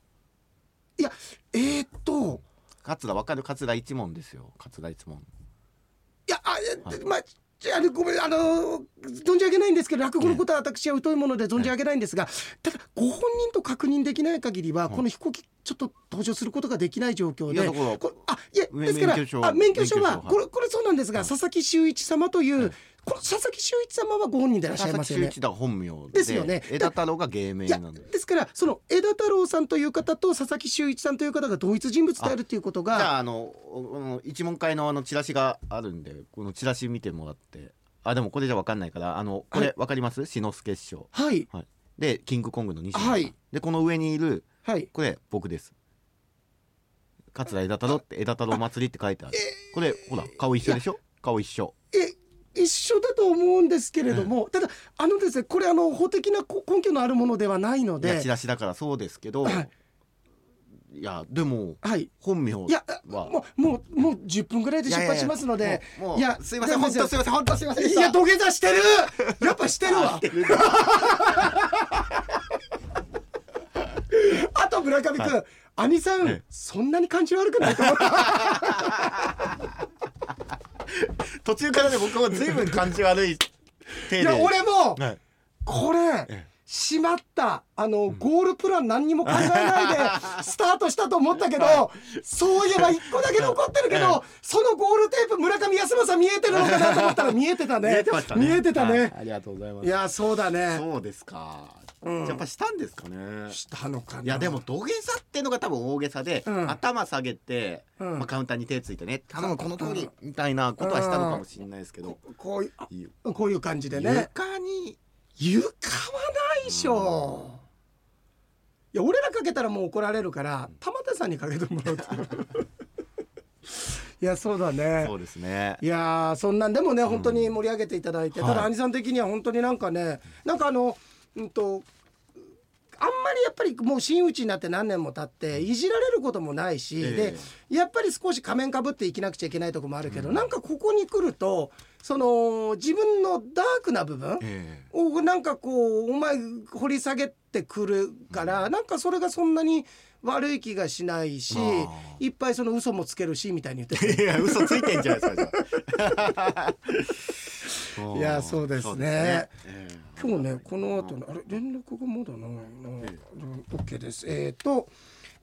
A: いやえっと
B: 桂わかる桂一門ですよ桂一門
A: いや、あ、えまあ、じゃあ、ごめん、あのー、存じ上げないんですけど、落語のことは私は疎いもので存じ上げないんですが、ただ、ご本人と確認できない限りは、この飛行機、ちょっと登場することができない状況
B: いや
A: で、
B: だから
A: これあ、いや、で
B: め
A: すから、
B: 免許証
A: あ免許証は、
B: 免許証はい
A: これ、これそうなんですが、佐々木修一様という、
B: はい
A: この佐々木修一様はご本人でいらっしゃい
B: 佐
A: ま
B: 々
A: す
B: 木
A: よね。
B: 秀一だ本名で
A: ですよね
B: 枝太郎が芸名
A: いや
B: なんです
A: ですからその枝太郎さんという方と佐々木修一さんという方が同一人物であるということ
B: じゃ
A: が
B: ああのおお一問会のあのチラシがあるんでこのチラシ見てもらってあでもこれじゃわかんないからあのこ
A: は
B: れわかります志の輔師匠
A: はい
B: はいでキングコングの西野さん、
A: はい
B: でこの上にいる
A: はい
B: これ僕です桂枝太郎って枝太郎祭りって書いてあるこれほら顔一緒でしょ顔一緒
A: え一緒だと思うんですけれども、ただあのですねこれあの法的なこ根拠のあるものではないの
B: いや
A: で
B: チラシだからそうですけど、
A: はい
B: い、やでも
A: はい
B: 本名はい
A: やもうもうもう10分ぐらいで出発しますので
B: いやいやいやもうもう
A: いや
B: すいません
A: ダメですよ
B: 本当すいません本当すいませんでし
A: い
B: た
A: や土下座してるよしてるわあと村上君、兄さん、
B: はい
A: そんなに感じ悪くないと思った。
B: 途中からね僕も随分感じ悪い
A: い
B: 手で
A: や、俺も、
B: はい
A: これ
B: え、
A: しまった。あの、ゴールプラン何にも考えない でスタートしたと思ったけど、そういえば一個だけ残ってるけ ど、そのゴールテープ村上康政見えてるのかなと思ったら見えてたね。
B: 見えてましたね
A: 見えてたね
B: はいありがとうございま
A: い、
B: す
A: や、そうだね。
B: そうですか、
A: うん
B: やっぱしたんですかね
A: したのかな。
B: いやでも、土下座ってのが多分大げさで、
A: うん
B: 頭下げて、
A: うん
B: まあ、カウンターに手ついてね頼むこの通りみたいなことはしたのかもしれないですけど、
A: こういうあ
B: ゆ
A: こういう感じでね。
B: 床に
A: 床はないでしょ、いや俺らかけたらもう怒られるから玉田さんにかけてもらおうと いやそうだね
B: そうですね
A: いやーそんなんでもね本当に盛り上げていただいて、
B: はい
A: ただ兄さん的には本当になんかねなんかあのうんとあんまりやっぱりもう真打ちになって何年も経っていじられることもないし、
B: え
A: でやっぱり少し仮面かぶっていきなくちゃいけないとこもあるけど、なんかここに来るとその自分のダークな部分、
B: え
A: おなんかこうお前掘り下げてくるから、なんかそれがそんなに悪い気がしないし
B: あー
A: いっぱいその嘘もつけるしみたいに言って
B: え
A: て
B: いや嘘ついてんじゃないです かじゃあ
A: いやそうですね
B: そうですねええ
A: 今日ねこの後のあれ連絡がまだないな、うん、OK ですえー、と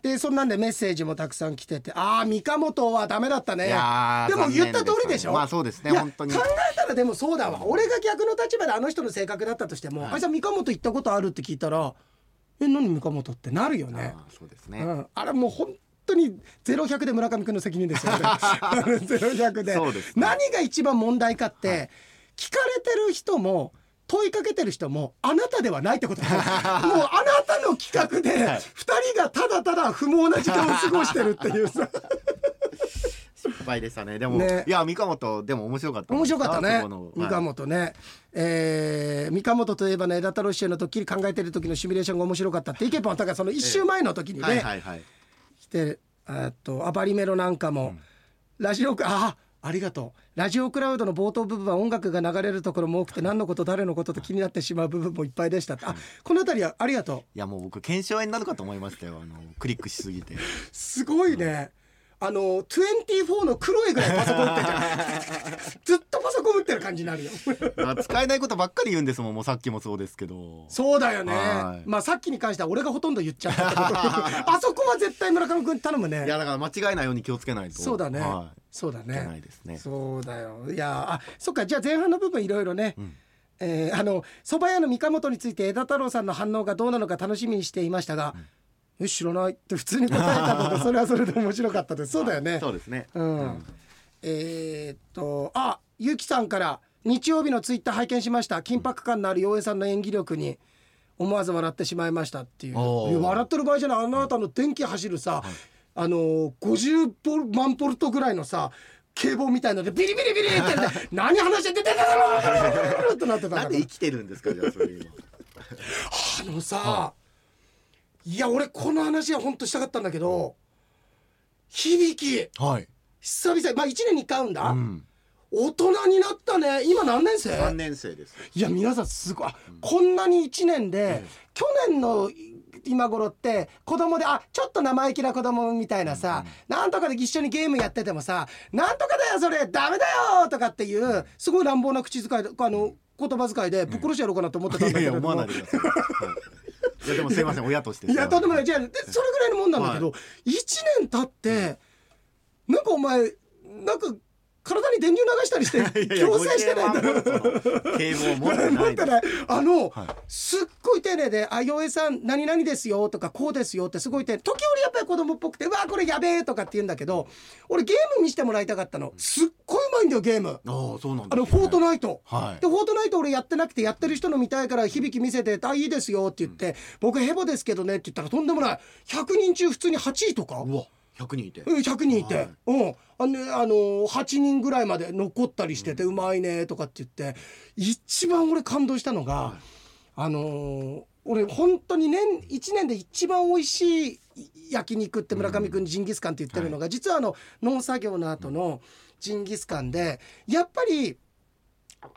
A: でそんなんでメッセージもたくさん来ててああ三鴨とはダメだったね
B: いやー
A: でも
B: 残念
A: 言った通りでしょ
B: すねまあそうですね
A: いや
B: 本当に
A: 考えたらでもそうだわ俺が逆の立場であの人の性格だったとしても、あいつは三鴨と行ったことあるって聞いたら「え何三鴨と?」ってなるよね。
B: あーそうです
A: う
B: ね
A: ん、あれもう本当にゼロ百で村上君の責任 ですよ。あれゼロ百で
B: そうですね
A: 何が一番問題かって、聞かれてる人も。問いかけてる人もあなたではないってことだもう あなたの企画で2人がただただ不毛な時間を過ごしてるっていうさ
B: 失敗でしたねでも
A: ね
B: いや三河本でも面白かったん
A: 面
B: です
A: 白かったね
B: そこの
A: 三
B: はい
A: 鴨とね、えー三鴨とといえばね枝太郎師匠のドッキリ考えてる時のシミュレーションが面白かったってイケポンだからその1週前の時にね、
B: はいはいはい
A: 来てえっとアバリメロなんかも、ラジオクあありがとうラジオクラウドの冒頭部分は音楽が流れるところも多くて何のこと誰のことと気になってしまう部分もいっぱいでしたあこの辺りはありがと
B: いやもう僕検証炎になるかと思いましたよあのクリックしすぎて
A: うすごいね、あの24の黒いぐらいパソコン打ってるじゃんずっとパソコン打ってる感じになるよ
B: あ使えないことばっかり言うんですもんもうさっきもそうですけど
A: そうだよね
B: はい
A: まあさっきに関しては俺がほとんど言っちゃったけどあそこは絶対村上君頼むね
B: いやだから間違えないように気をつけないと
A: そうだね、
B: は
A: そうだ
B: い、いけ
A: ね
B: ないですね
A: そうだよいやあそっかじゃあ前半の部分いろいろね、えーあの蕎麦屋の三鴨とについて枝太郎さんの反応がどうなのか楽しみにしていましたが「え知らない」って普通に答えたのでそれはそれで面白かったですそうだよね
B: そうですね、
A: うん、えーっとあゆきさんから日曜日のツイッター拝見しました緊迫感のある妖艶さんの演技力に思わず笑ってしまいましたっていう
B: おー
A: いや笑ってる場合じゃないあなたの電気走るさ、あのー50ボル万ポルトぐらいのさ警棒みたいのでビリビリビリってやって何話しててててててってなってたから
B: なんで生きてるんですかじゃあそれ今
A: あのさ、いや俺この話は本当したかったんだけど響き
B: はい、
A: 久々まあ1年に買うんだ、
B: うん、
A: 大人になったね今何年生
B: 3年生です
A: いや皆さんすごいあこんなに1年で、去年のい今頃って子供であちょっと生意気な子供みたいなさ、なんとかで一緒にゲームやっててもさ「なんとかだよそれダメだよ!」とかっていうすごい乱暴な口遣いであの言葉遣いでぶっ殺してやろうかなと思ってたん
B: い
A: だ
B: やい
A: けれ
B: や
A: ど
B: 思わ
A: も
B: ない。でください、はい、いやでもすいません親として
A: いやとんでもないいじゃあでそれぐらいのもんなんだけど、一1年経って、なんかお前なんか体に電流流したり して強制してないんだろ
B: 警棒持って
A: 持
B: な
A: って
B: い です
A: ないあの、
B: はい
A: すっごい丁寧で「あ洋平さん何々ですよ」とか「こうですよ」ってすごい丁寧時折やっぱり子供っぽくて「うわこれやべえ」とかって言うんだけど俺ゲーム見せてもらいたかったのすっごいうまいんだよゲーム
B: ああそうなん
A: あ
B: ですね
A: のフォートナイト、
B: はい
A: でフォートナイト俺やってなくてやってる人の見たいから響き見せて「あいいですよ」って言って「僕ヘボですけどね」って言ったらとんでもない100人中普通に8位とか
B: うわ100人いて
A: うん100人いて、
B: はい
A: うんあのねあのー8人ぐらいまで残ったりしてて、うまいねとかって言って一番俺感動したのが、あのー俺本当に年1年で一番美味しい焼肉って村上君ジンギスカンって言ってるのが、実はあの農作業の後のジンギスカンでやっぱり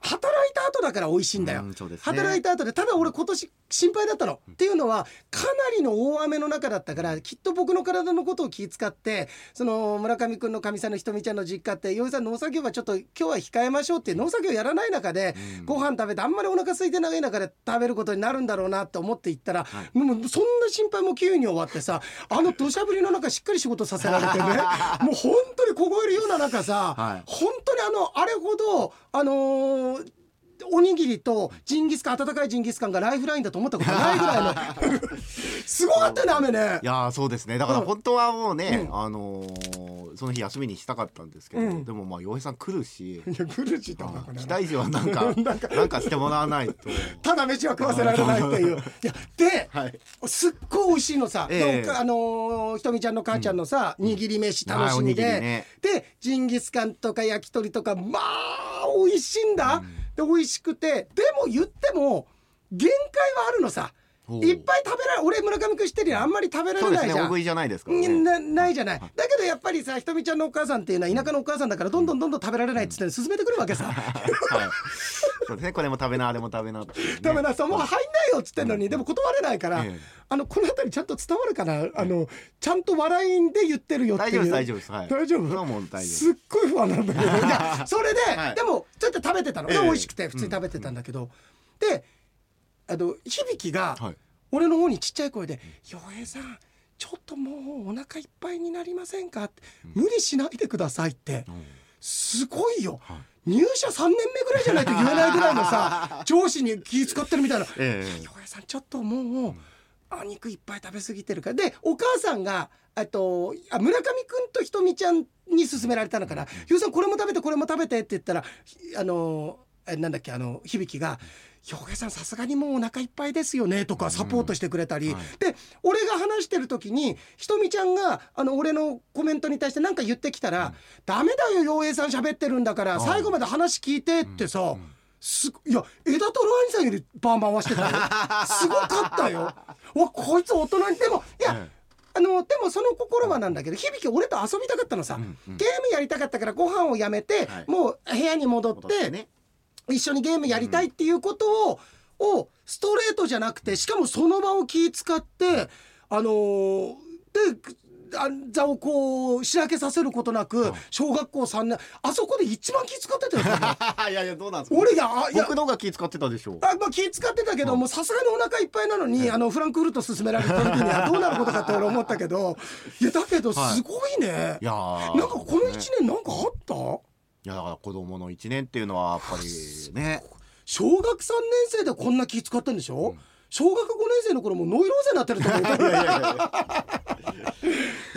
A: 働いた後だから美味しいんだよ、
B: うんそうですね
A: 働いた後でただ俺今年心配だったの、っていうのはかなりの大雨の中だったからきっと僕の体のことを気遣ってその村上君のかみさんのひとみちゃんの実家って「洋井さん農作業はちょっと今日は控えましょう」って農作業やらない中で、
B: うん
A: ご飯食べてあんまりお腹空いてない中で食べることになるんだろうなって思って行ったら、
B: はい
A: もうそんな心配も急に終わってさあの土砂降りの中しっかり仕事させられ てねもう本当に凍えるような中さ、
B: はい
A: 本当にあのあれほどあのーおにぎりとジンギスカン温かいジンギスカンがライフラインだと思ったことないぐ らいのすごかったよね雨ね
B: いやーそうですねだから
A: うん
B: 本当はもうね、あのーその日休みにしたかったんですけど、
A: うん
B: でもまあ洋平さん来 るし
A: いや苦しいと思う
B: あ
A: こ
B: ー
A: れ
B: 期待時はな んかなんかしてもらわないと
A: ただ飯は食わせられないっていういやで、
B: はい
A: すっごい美味しいのさ、
B: ええ
A: であのーひとみちゃんの母ちゃんのさ、握り飯楽しみで、
B: あーおにぎりね
A: でジンギスカンとか焼き鳥とかまあ美味しいんだ、で美味しくてでも言っても限界はあるのさ
B: おう
A: いっぱい食べられ俺村上君知ってるよあんまり食べら
B: そ
A: れ
B: うで
A: な
B: す
A: いじ
B: ね大
A: ゃん
B: 食いじゃないですからね
A: なないじゃないだけどやっぱりさひとみちゃんのお母さんっていうのは田舎のお母さんだからどんどんどんどん食べられないっつって進めてくるわけ さ
B: はい、そうですねこれも食べなあれも食べなっていうね、
A: ダメなさもう入んないよっつってんのにでも断れないから
B: ええ
A: あのこの辺りちゃんと伝わるかなあのちゃんと笑いんで言ってるよって
B: 大
A: い
B: 丈夫
A: う
B: です大丈夫です、はい、
A: 大丈夫
B: それはもう大丈
A: すっごい不安なん だけどいやそれで、
B: はい
A: でもちょっと食べてたの、で
B: ええ
A: 美味しくて普通に食べてたんだけど、であの響が
B: 夫はい
A: 俺の方にちっちゃい声で「洋、平さんちょっともうお腹いっぱいになりませんか?」って「無理しないでください」って
B: ん
A: すごいよ、入社3年目ぐらいじゃないと言えないぐらいのさ上司に気使ってるみたいな「
B: ええ
A: いや洋平さんちょっともう、あ肉いっぱい食べ過ぎてるから」でお母さんがえっとあ村上くんとひとみちゃんに勧められたのかな「洋、平さんこれも食べてこれも食べて」って言ったらひあのえなんだっけあの響が「洋平さんさすがにもうお腹いっぱいですよね」とかサポートしてくれたり、
B: うんはい
A: で俺が話してる時にひとみちゃんがあの俺のコメントに対して何か言ってきたら「ダメだよ洋平さん喋ってるんだから
B: ん
A: 最後まで話聞いて」ってさ、すごいや枝とロアニさんよりバンバン回して たよすごかったよわこいつ大人にでもいや、
B: ええ
A: あのでもその心はなんだけど響俺と遊びたかったのさ、
B: んうん
A: ゲームやりたかったからご飯をやめて、
B: はい
A: もう部屋に戻って
B: 戻ってね
A: 一緒にゲームやりたいっていうことを,、をストレートじゃなくてしかもその場を気使ってあのーであ座をこうしらけさせることなく小学校3年あそこで一番気使ってたよ
B: いやいやどうなんですか
A: 俺いやあいや
B: 僕の方が気使ってたでしょう
A: あまあ、気使ってたけどもうさすがにお腹いっぱいなのにあのフランクフルト勧められた時にはどうなることかって俺思ったけ どいやだけど
B: はい
A: すごいね、
B: いや
A: な
B: ー
A: んかこの1
B: ね
A: 年なんかあった
B: いやだから子供の一年っていうのはやっぱりね
A: 小学3年生でこんな気使ってんでしょ、小学5年生の頃もうノイローゼになってると思う いやい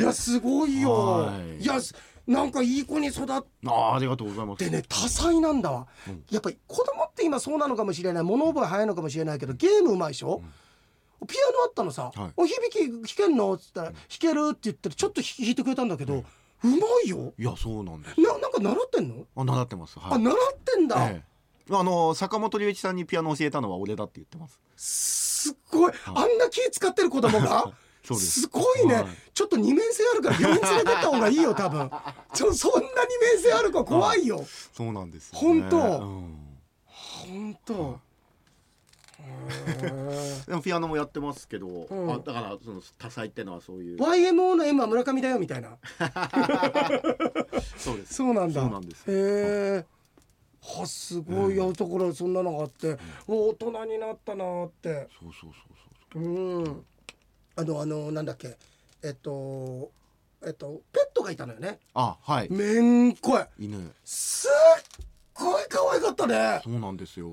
A: やすごいよ
B: はい
A: いやすなんかいい子に育っ
B: ああありがとうございます
A: てね多彩なんだわ、やっぱり子供って今そうなのかもしれない物覚え早いのかもしれないけどゲームうまいでしょ、ピアノあったのさ「
B: はい
A: お響き弾けんの?」っつったら「弾ける」って言ったらちょっと弾弾いてくれたんだけど、うまいよ
B: いやそうなんです
A: ななんか習ってんの、
B: あ習ってますはい
A: あ習ってんだ、
B: ええあの坂本龍一さんにピアノ教えたのは俺だって言ってます
A: すっごいあんな気使ってる子供が
B: そうです
A: ごいね、
B: はい
A: ちょっと二面性あるから病院連れてった方がいいよ多 分ちょそんな二面性ある子怖いよ
B: そうなんですよ、
A: 本
B: ね、
A: 当
B: うん
A: 本当
B: でもピアノもやってますけど、
A: ん
B: あだからその多彩ってのはそういう
A: YMO の M は村上だよみたいな
B: そうです
A: そうなんだ
B: そうなんです
A: へえはすごいよところそんなのがあってもう大人になったなーって
B: そうそうそうそう
A: うんあのあのなんだっけえっとえっとペットがいたのよね
B: あはい
A: めんこい
B: 犬
A: すっごい可愛かったね
B: そうなんですよ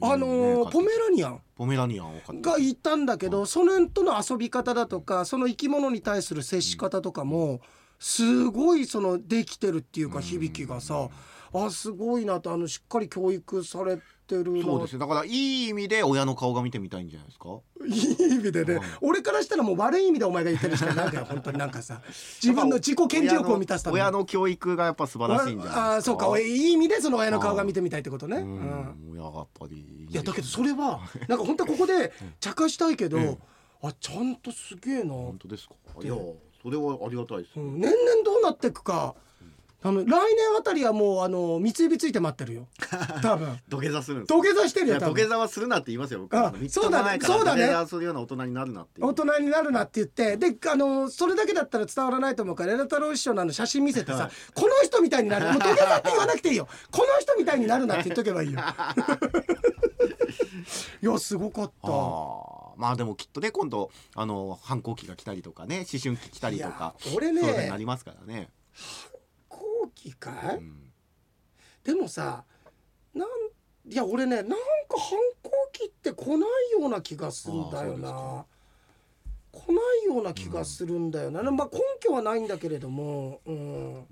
A: あのー
B: 犬ね飼って
A: ポメラニアン
B: ポメラニアンを飼って
A: がいたんだけどその辺との遊び方だとかその生き物に対する接し方とかもすごいそのできてるっていうか響きがさあすごいなとあのしっかり教育されてるな
B: そうですねだからいい意味で親の顔が見てみたいんじゃないですか
A: いい意味でね俺からしたらもう悪い意味でお前が言ってるしかないん だよ本当になんかさ自分の自己顕示欲を満たすために
B: 親の親の教育がやっぱ素晴らしいんじゃないですか
A: ああそうかいい意味でその親の顔が見てみたいってことね。
B: う
A: うん
B: ん親がやっぱりい
A: いやだけどそれはなんか本当はここで茶化したいけど、あちゃんとすげえな、
B: 本当ですかいやそれはありがたいです
A: うん年々どうなっていくかあの来年あたりはもうあの三つ指ついて待ってる よ多分
B: 土下座するんです
A: 土下座してる
B: い
A: よ
B: や
A: 多
B: 土下
A: 分
B: 座はするなって言いますよ僕
A: あ
B: あのみっ
A: そう
B: とも
A: だね
B: ないから
A: そうだね
B: 土下座するような大人になるなっていう
A: 大人になるなって言ってであのそれだけだったら伝わらないと思うから枝太郎師匠のあの写真見せて
B: は
A: さ
B: い
A: 「この人みたいになる」もう土下座って言わなくていいよ「この人みたいになるな」って言っとけ ばいいよいやすごかった
B: あーまあでもきっとね今度あの反抗期が来たりとかね思春期来たりとか
A: いや俺
B: そういうのにな
A: ね
B: りますからね、
A: 後期かい、
B: うん
A: でもさなんいや俺ねなんか反抗期って来ないような気がするんだよ
B: あ
A: な来ないような気がするんだよな、まあ根拠はないんだけれども、うん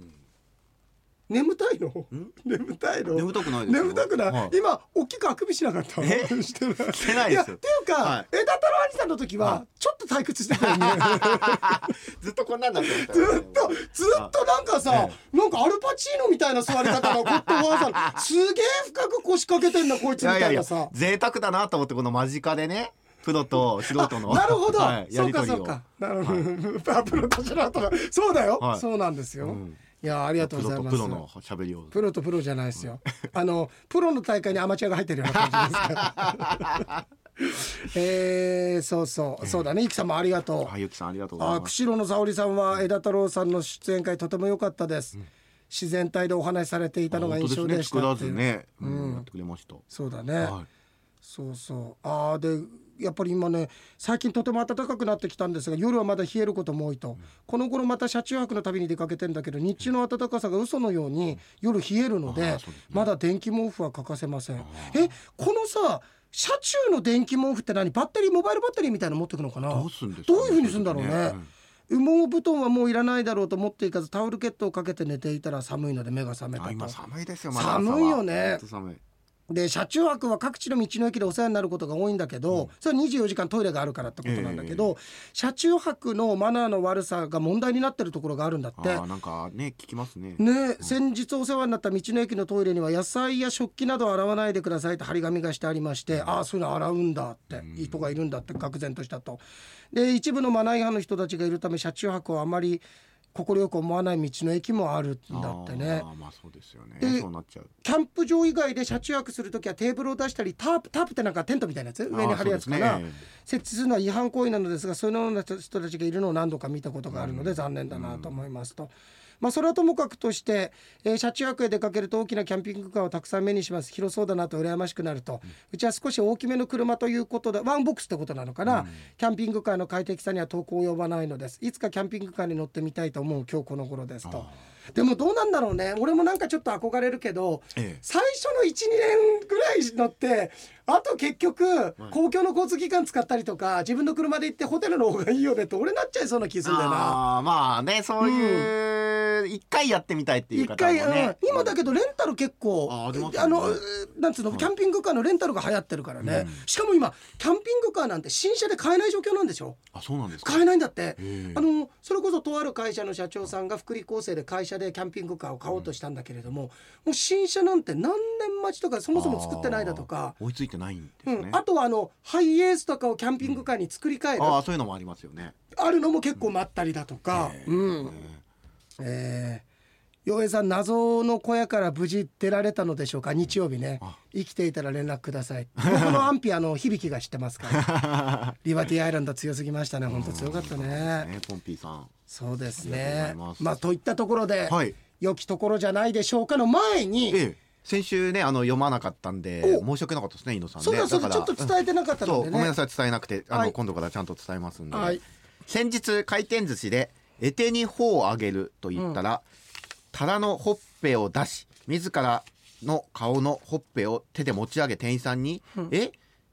A: 眠たいの
B: ん
A: 眠たいの
B: 眠たくないですよ
A: 眠たくない、
B: は
A: 今大きくあくびしなかったしてない
B: してない
A: い
B: で
A: やっ
B: す
A: てい
B: よ
A: うか、
B: はい
A: 枝太郎兄さんの時
B: は
A: はちょっと退屈してたよね
B: ずっとこんなんなってました
A: ずっ
B: よね
A: とずっとなんかさ
B: え
A: なんかアルパチーノみたいな座り方のコットンワンさんすげえ深く腰掛けてんなこいつ
B: い
A: み
B: やい
A: た
B: や
A: い
B: い
A: な
B: や
A: さ
B: 贅沢だなと思ってこの間近でねプロと素人の
A: なるほど、
B: はい、や
A: そう
B: り
A: か
B: 取り
A: そう
B: を
A: かなるほど、アプロと素人がそうだよ、
B: はい
A: そうなんですよ、
B: うん
A: いやありがとうございます
B: プロとプロの喋りを
A: プロとプロじゃないですよ。あのプロの大会にアマチュアが入ってるような感じです から。えー、そうそう、そうだね、イキさんもありがとう。
B: あゆきさんありがとうござい
A: あ、
B: ます
A: 釧路の沙織さんは枝太郎さんの出演会とても良かったです。自然体でお話しされていたのが印象でした
B: 本
A: っ
B: 当
A: てい
B: すね作らず
A: う。
B: ね、うん、やってくれました、
A: そうだね。
B: はい
A: そうそうああでやっぱり今ね最近とても暖かくなってきたんですが夜はまだ冷えることも多いと、この頃また車中泊の旅に出かけてんだけど日中の暖かさが嘘のように夜冷えるので,、
B: あーそうですね
A: まだ電気毛布は欠かせませんえこのさ車中の電気毛布って何バッテリーモバイルバッテリーみたいなの持ってくのかな
B: どうすんですかね
A: どういうふうにするんだろうね、
B: うん
A: 羽毛布団はもういらないだろうと思っていかずタオルケットをかけて寝ていたら寒いので目が覚めた
B: あ
A: と
B: 今寒いですよまだ朝は
A: 寒いよね
B: 本当寒い
A: で車中泊は各地の道の駅でお世話になることが多いんだけど、それは24時間トイレがあるからってことなんだけど、車中泊のマナーの悪さが問題になってるところがあるんだって
B: あ。ーなんかね聞きますね
A: ね、先日お世話になった道の駅のトイレには野菜や食器などを洗わないでくださいって張り紙がしてありましてああそういうの洗うんだって人がいるんだって愕然としたと。で一部のマナー違反の人たちがいるため車中泊をあまり快く思わない道の駅もあるんだってね
B: あ。ーまあそうですよね
A: で
B: そうなっちゃう
A: キャンプ場以外で車中泊するときはテーブルを出したりタープタープってなんかテントみたいなやつ上に張るやつか
B: あ
A: な、
B: ーそうですね
A: 設置するのは違反行為なのですがそういうような人たちがいるのを何度か見たことがあるので残念だなと思いますと。まあ、それはともかくとして、えー車中泊へ出かけると大きなキャンピングカーをたくさん目にします広そうだなと羨ましくなると、うちは少し大きめの車ということでワンボックスってことなのかな、キャンピングカーの快適さには遠く及ばないのですいつかキャンピングカーに乗ってみたいと思う今日この頃ですとでもどうなんだろうね俺もなんかちょっと憧れるけど、
B: ええ
A: 最初の12年ぐらい乗ってあと結局公共の交通機関使ったりとか自分の車で行ってホテルの方がいいよねって俺なっちゃいそうな気するんだよな。
B: あーまあねそういう一回やってみたいっていう
A: 一
B: 方も
A: 回、うん
B: ね
A: 今だけどレンタル結構
B: あありますよね
A: あのなんつうのキャンピングカーのレンタルが流行ってるからね、しかも今キャンピングカーなんて新車で買えない状況なんでしょ
B: あそうなんですか
A: 買えないんだって
B: え
A: あのそれこそとある会社の社長さんが福利厚生で会社でキャンピングカーを買おうとしたんだけれども、もう新車なんて何年待ちとかそもそも作ってないだとか
B: あー追いついてないんです
A: う
B: ね、
A: ん、あとはあのハイエースとかをキャンピングカーに作り変える、
B: ああそういうのもありますよね
A: あるのも結構待ったりだとか、うん、えー、洋平さん謎の小屋から無事出られたのでしょうか日曜日ね生きていたら連絡くだ さい僕の安否あの響きが知ってますからリバティアイランド強すぎましたね本当強かったね
B: ねポンピーさん
A: そうです
B: ありが
A: ね
B: とうございます
A: まあといったところで、
B: はい
A: 良きところじゃないでしょうかの前に、
B: ええ先週ねあの読まなかったんで
A: お
B: 申し訳なかったですね井野さんね
A: そうだそうだちょっと伝えてなかったの
B: そう
A: で
B: ごめんな
A: ね
B: さい伝えなくてあの、
A: はい
B: 今度からちゃんと伝えますんで、
A: はい
B: 先日回転寿司で「エテに頬をあげる」と言ったら、タラのほっぺを出し自らの顔のほっぺを手で持ち上げ店員さんに「え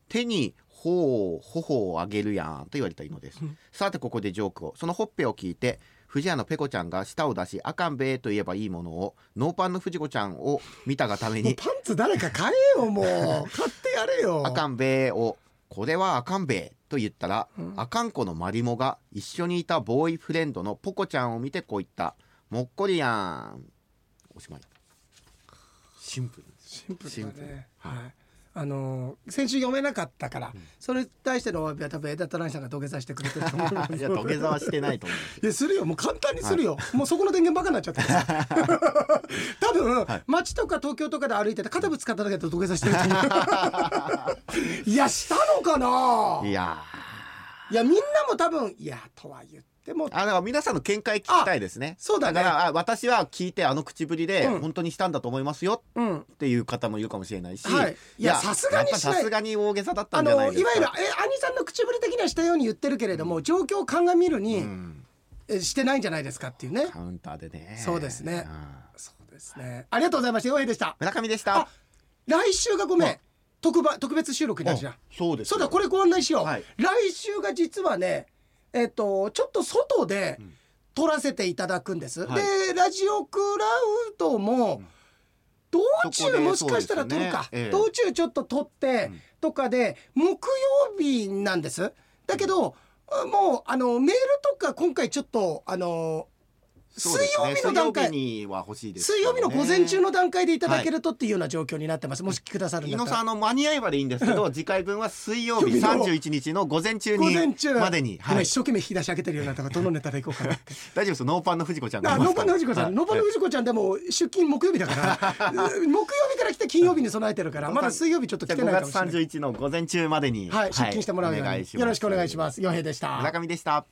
B: 手に頬を頬をあげるやん」と言われたのです、さてここでジョークをそのほっぺを聞いて藤屋のペコちゃんが舌を出し「あかんべえ」と言えばいいものをノーパンの藤子ちゃんを見たがため
A: もう
B: に
A: パンツ誰か買え よもう買ってやれよ
B: あかんべーを、これはあかんべーと言ったら、あかんこのマリモが一緒にいたボーイフレンドのポコちゃんを見てこう言った。もっこりやん。おしまい。シンプルです。
A: シンプルだね。はい。あのー先週読めなかったから、それに対してのお詫びは多分枝田蘭さんが土下座してくれてると思います
B: いや土下座はしてないと思
A: い
B: う
A: やするよもう簡単にするよ、もうそこの電源バカになっちゃ ったから多分、街とか東京とかで歩いてて肩ぶつかっただけで土下座してると思 ういやしたのか ない
B: や
A: いやみんなも多分いやとは言っても
B: ーあだから皆さんの見解聞きたいですね
A: そうだね
B: からあ私は聞いてあの口ぶりで
A: うん
B: 本当にしたんだと思いますよ
A: うん
B: っていう方もいるかもしれないし、
A: はいいやさすがに
B: やっぱ
A: しない
B: さすがに大げさだった
A: あ
B: んじゃ
A: の
B: ない
A: い
B: ですか
A: わゆるえ兄さんの口ぶり的にはしたように言ってるけれども、状況を鑑みるに、
B: うん
A: えしてないんじゃないですかっていうね、
B: カウンターでね
A: そうですね
B: ん
A: そうですねありがとうございました洋平でした
B: 村上でし
A: あ
B: た
A: 来週がごめん、
B: はい
A: 特番特別収録になるじゃん
B: あそうです
A: そう
B: よ
A: だこれご案内しよう、
B: はい
A: 来週が実はねえっとちょっと外で撮らせていただくんです、
B: はい
A: でラジオクラウドも道
B: そ
A: 中
B: こで
A: もしかしたら撮るか、
B: そうですよねええ
A: 道中ちょっと撮ってとかで木曜日なんですだけど、もうあのメールとか今回ちょっとあの
B: そうですね
A: 水曜日の段階
B: 水曜日には欲しいです、
A: 水曜日の午前中の段階でいただけ
B: る
A: るとっていうような状況になってます、もし来てくださるん
B: 伊
A: だった
B: 野
A: ら
B: さんあの間に合えばでいいんですけど次回分は水曜日
A: 曜日の
B: 31日の午前中
A: 午前
B: に
A: 中
B: までに、は
A: 今
B: い、
A: 一生懸命引き出し開けてるようになったからどのネタでいこうかなって
B: 大丈夫ですノーパンの藤子ちゃんが
A: あ
B: います
A: ノ
B: か
A: パン
B: ら
A: の藤子ちゃ
B: はい
A: んノパンの藤子ちゃんでも出勤木曜日だから 木曜日から来て金曜日に備えてるからまだ水曜日ちょっと来てないかもしれ
B: じゃあ
A: ない
B: 5月31の午前中までに、
A: はい出勤してもらうよう
B: お
A: に
B: 願いします
A: よろしくお願いします洋平でした
B: 村上でした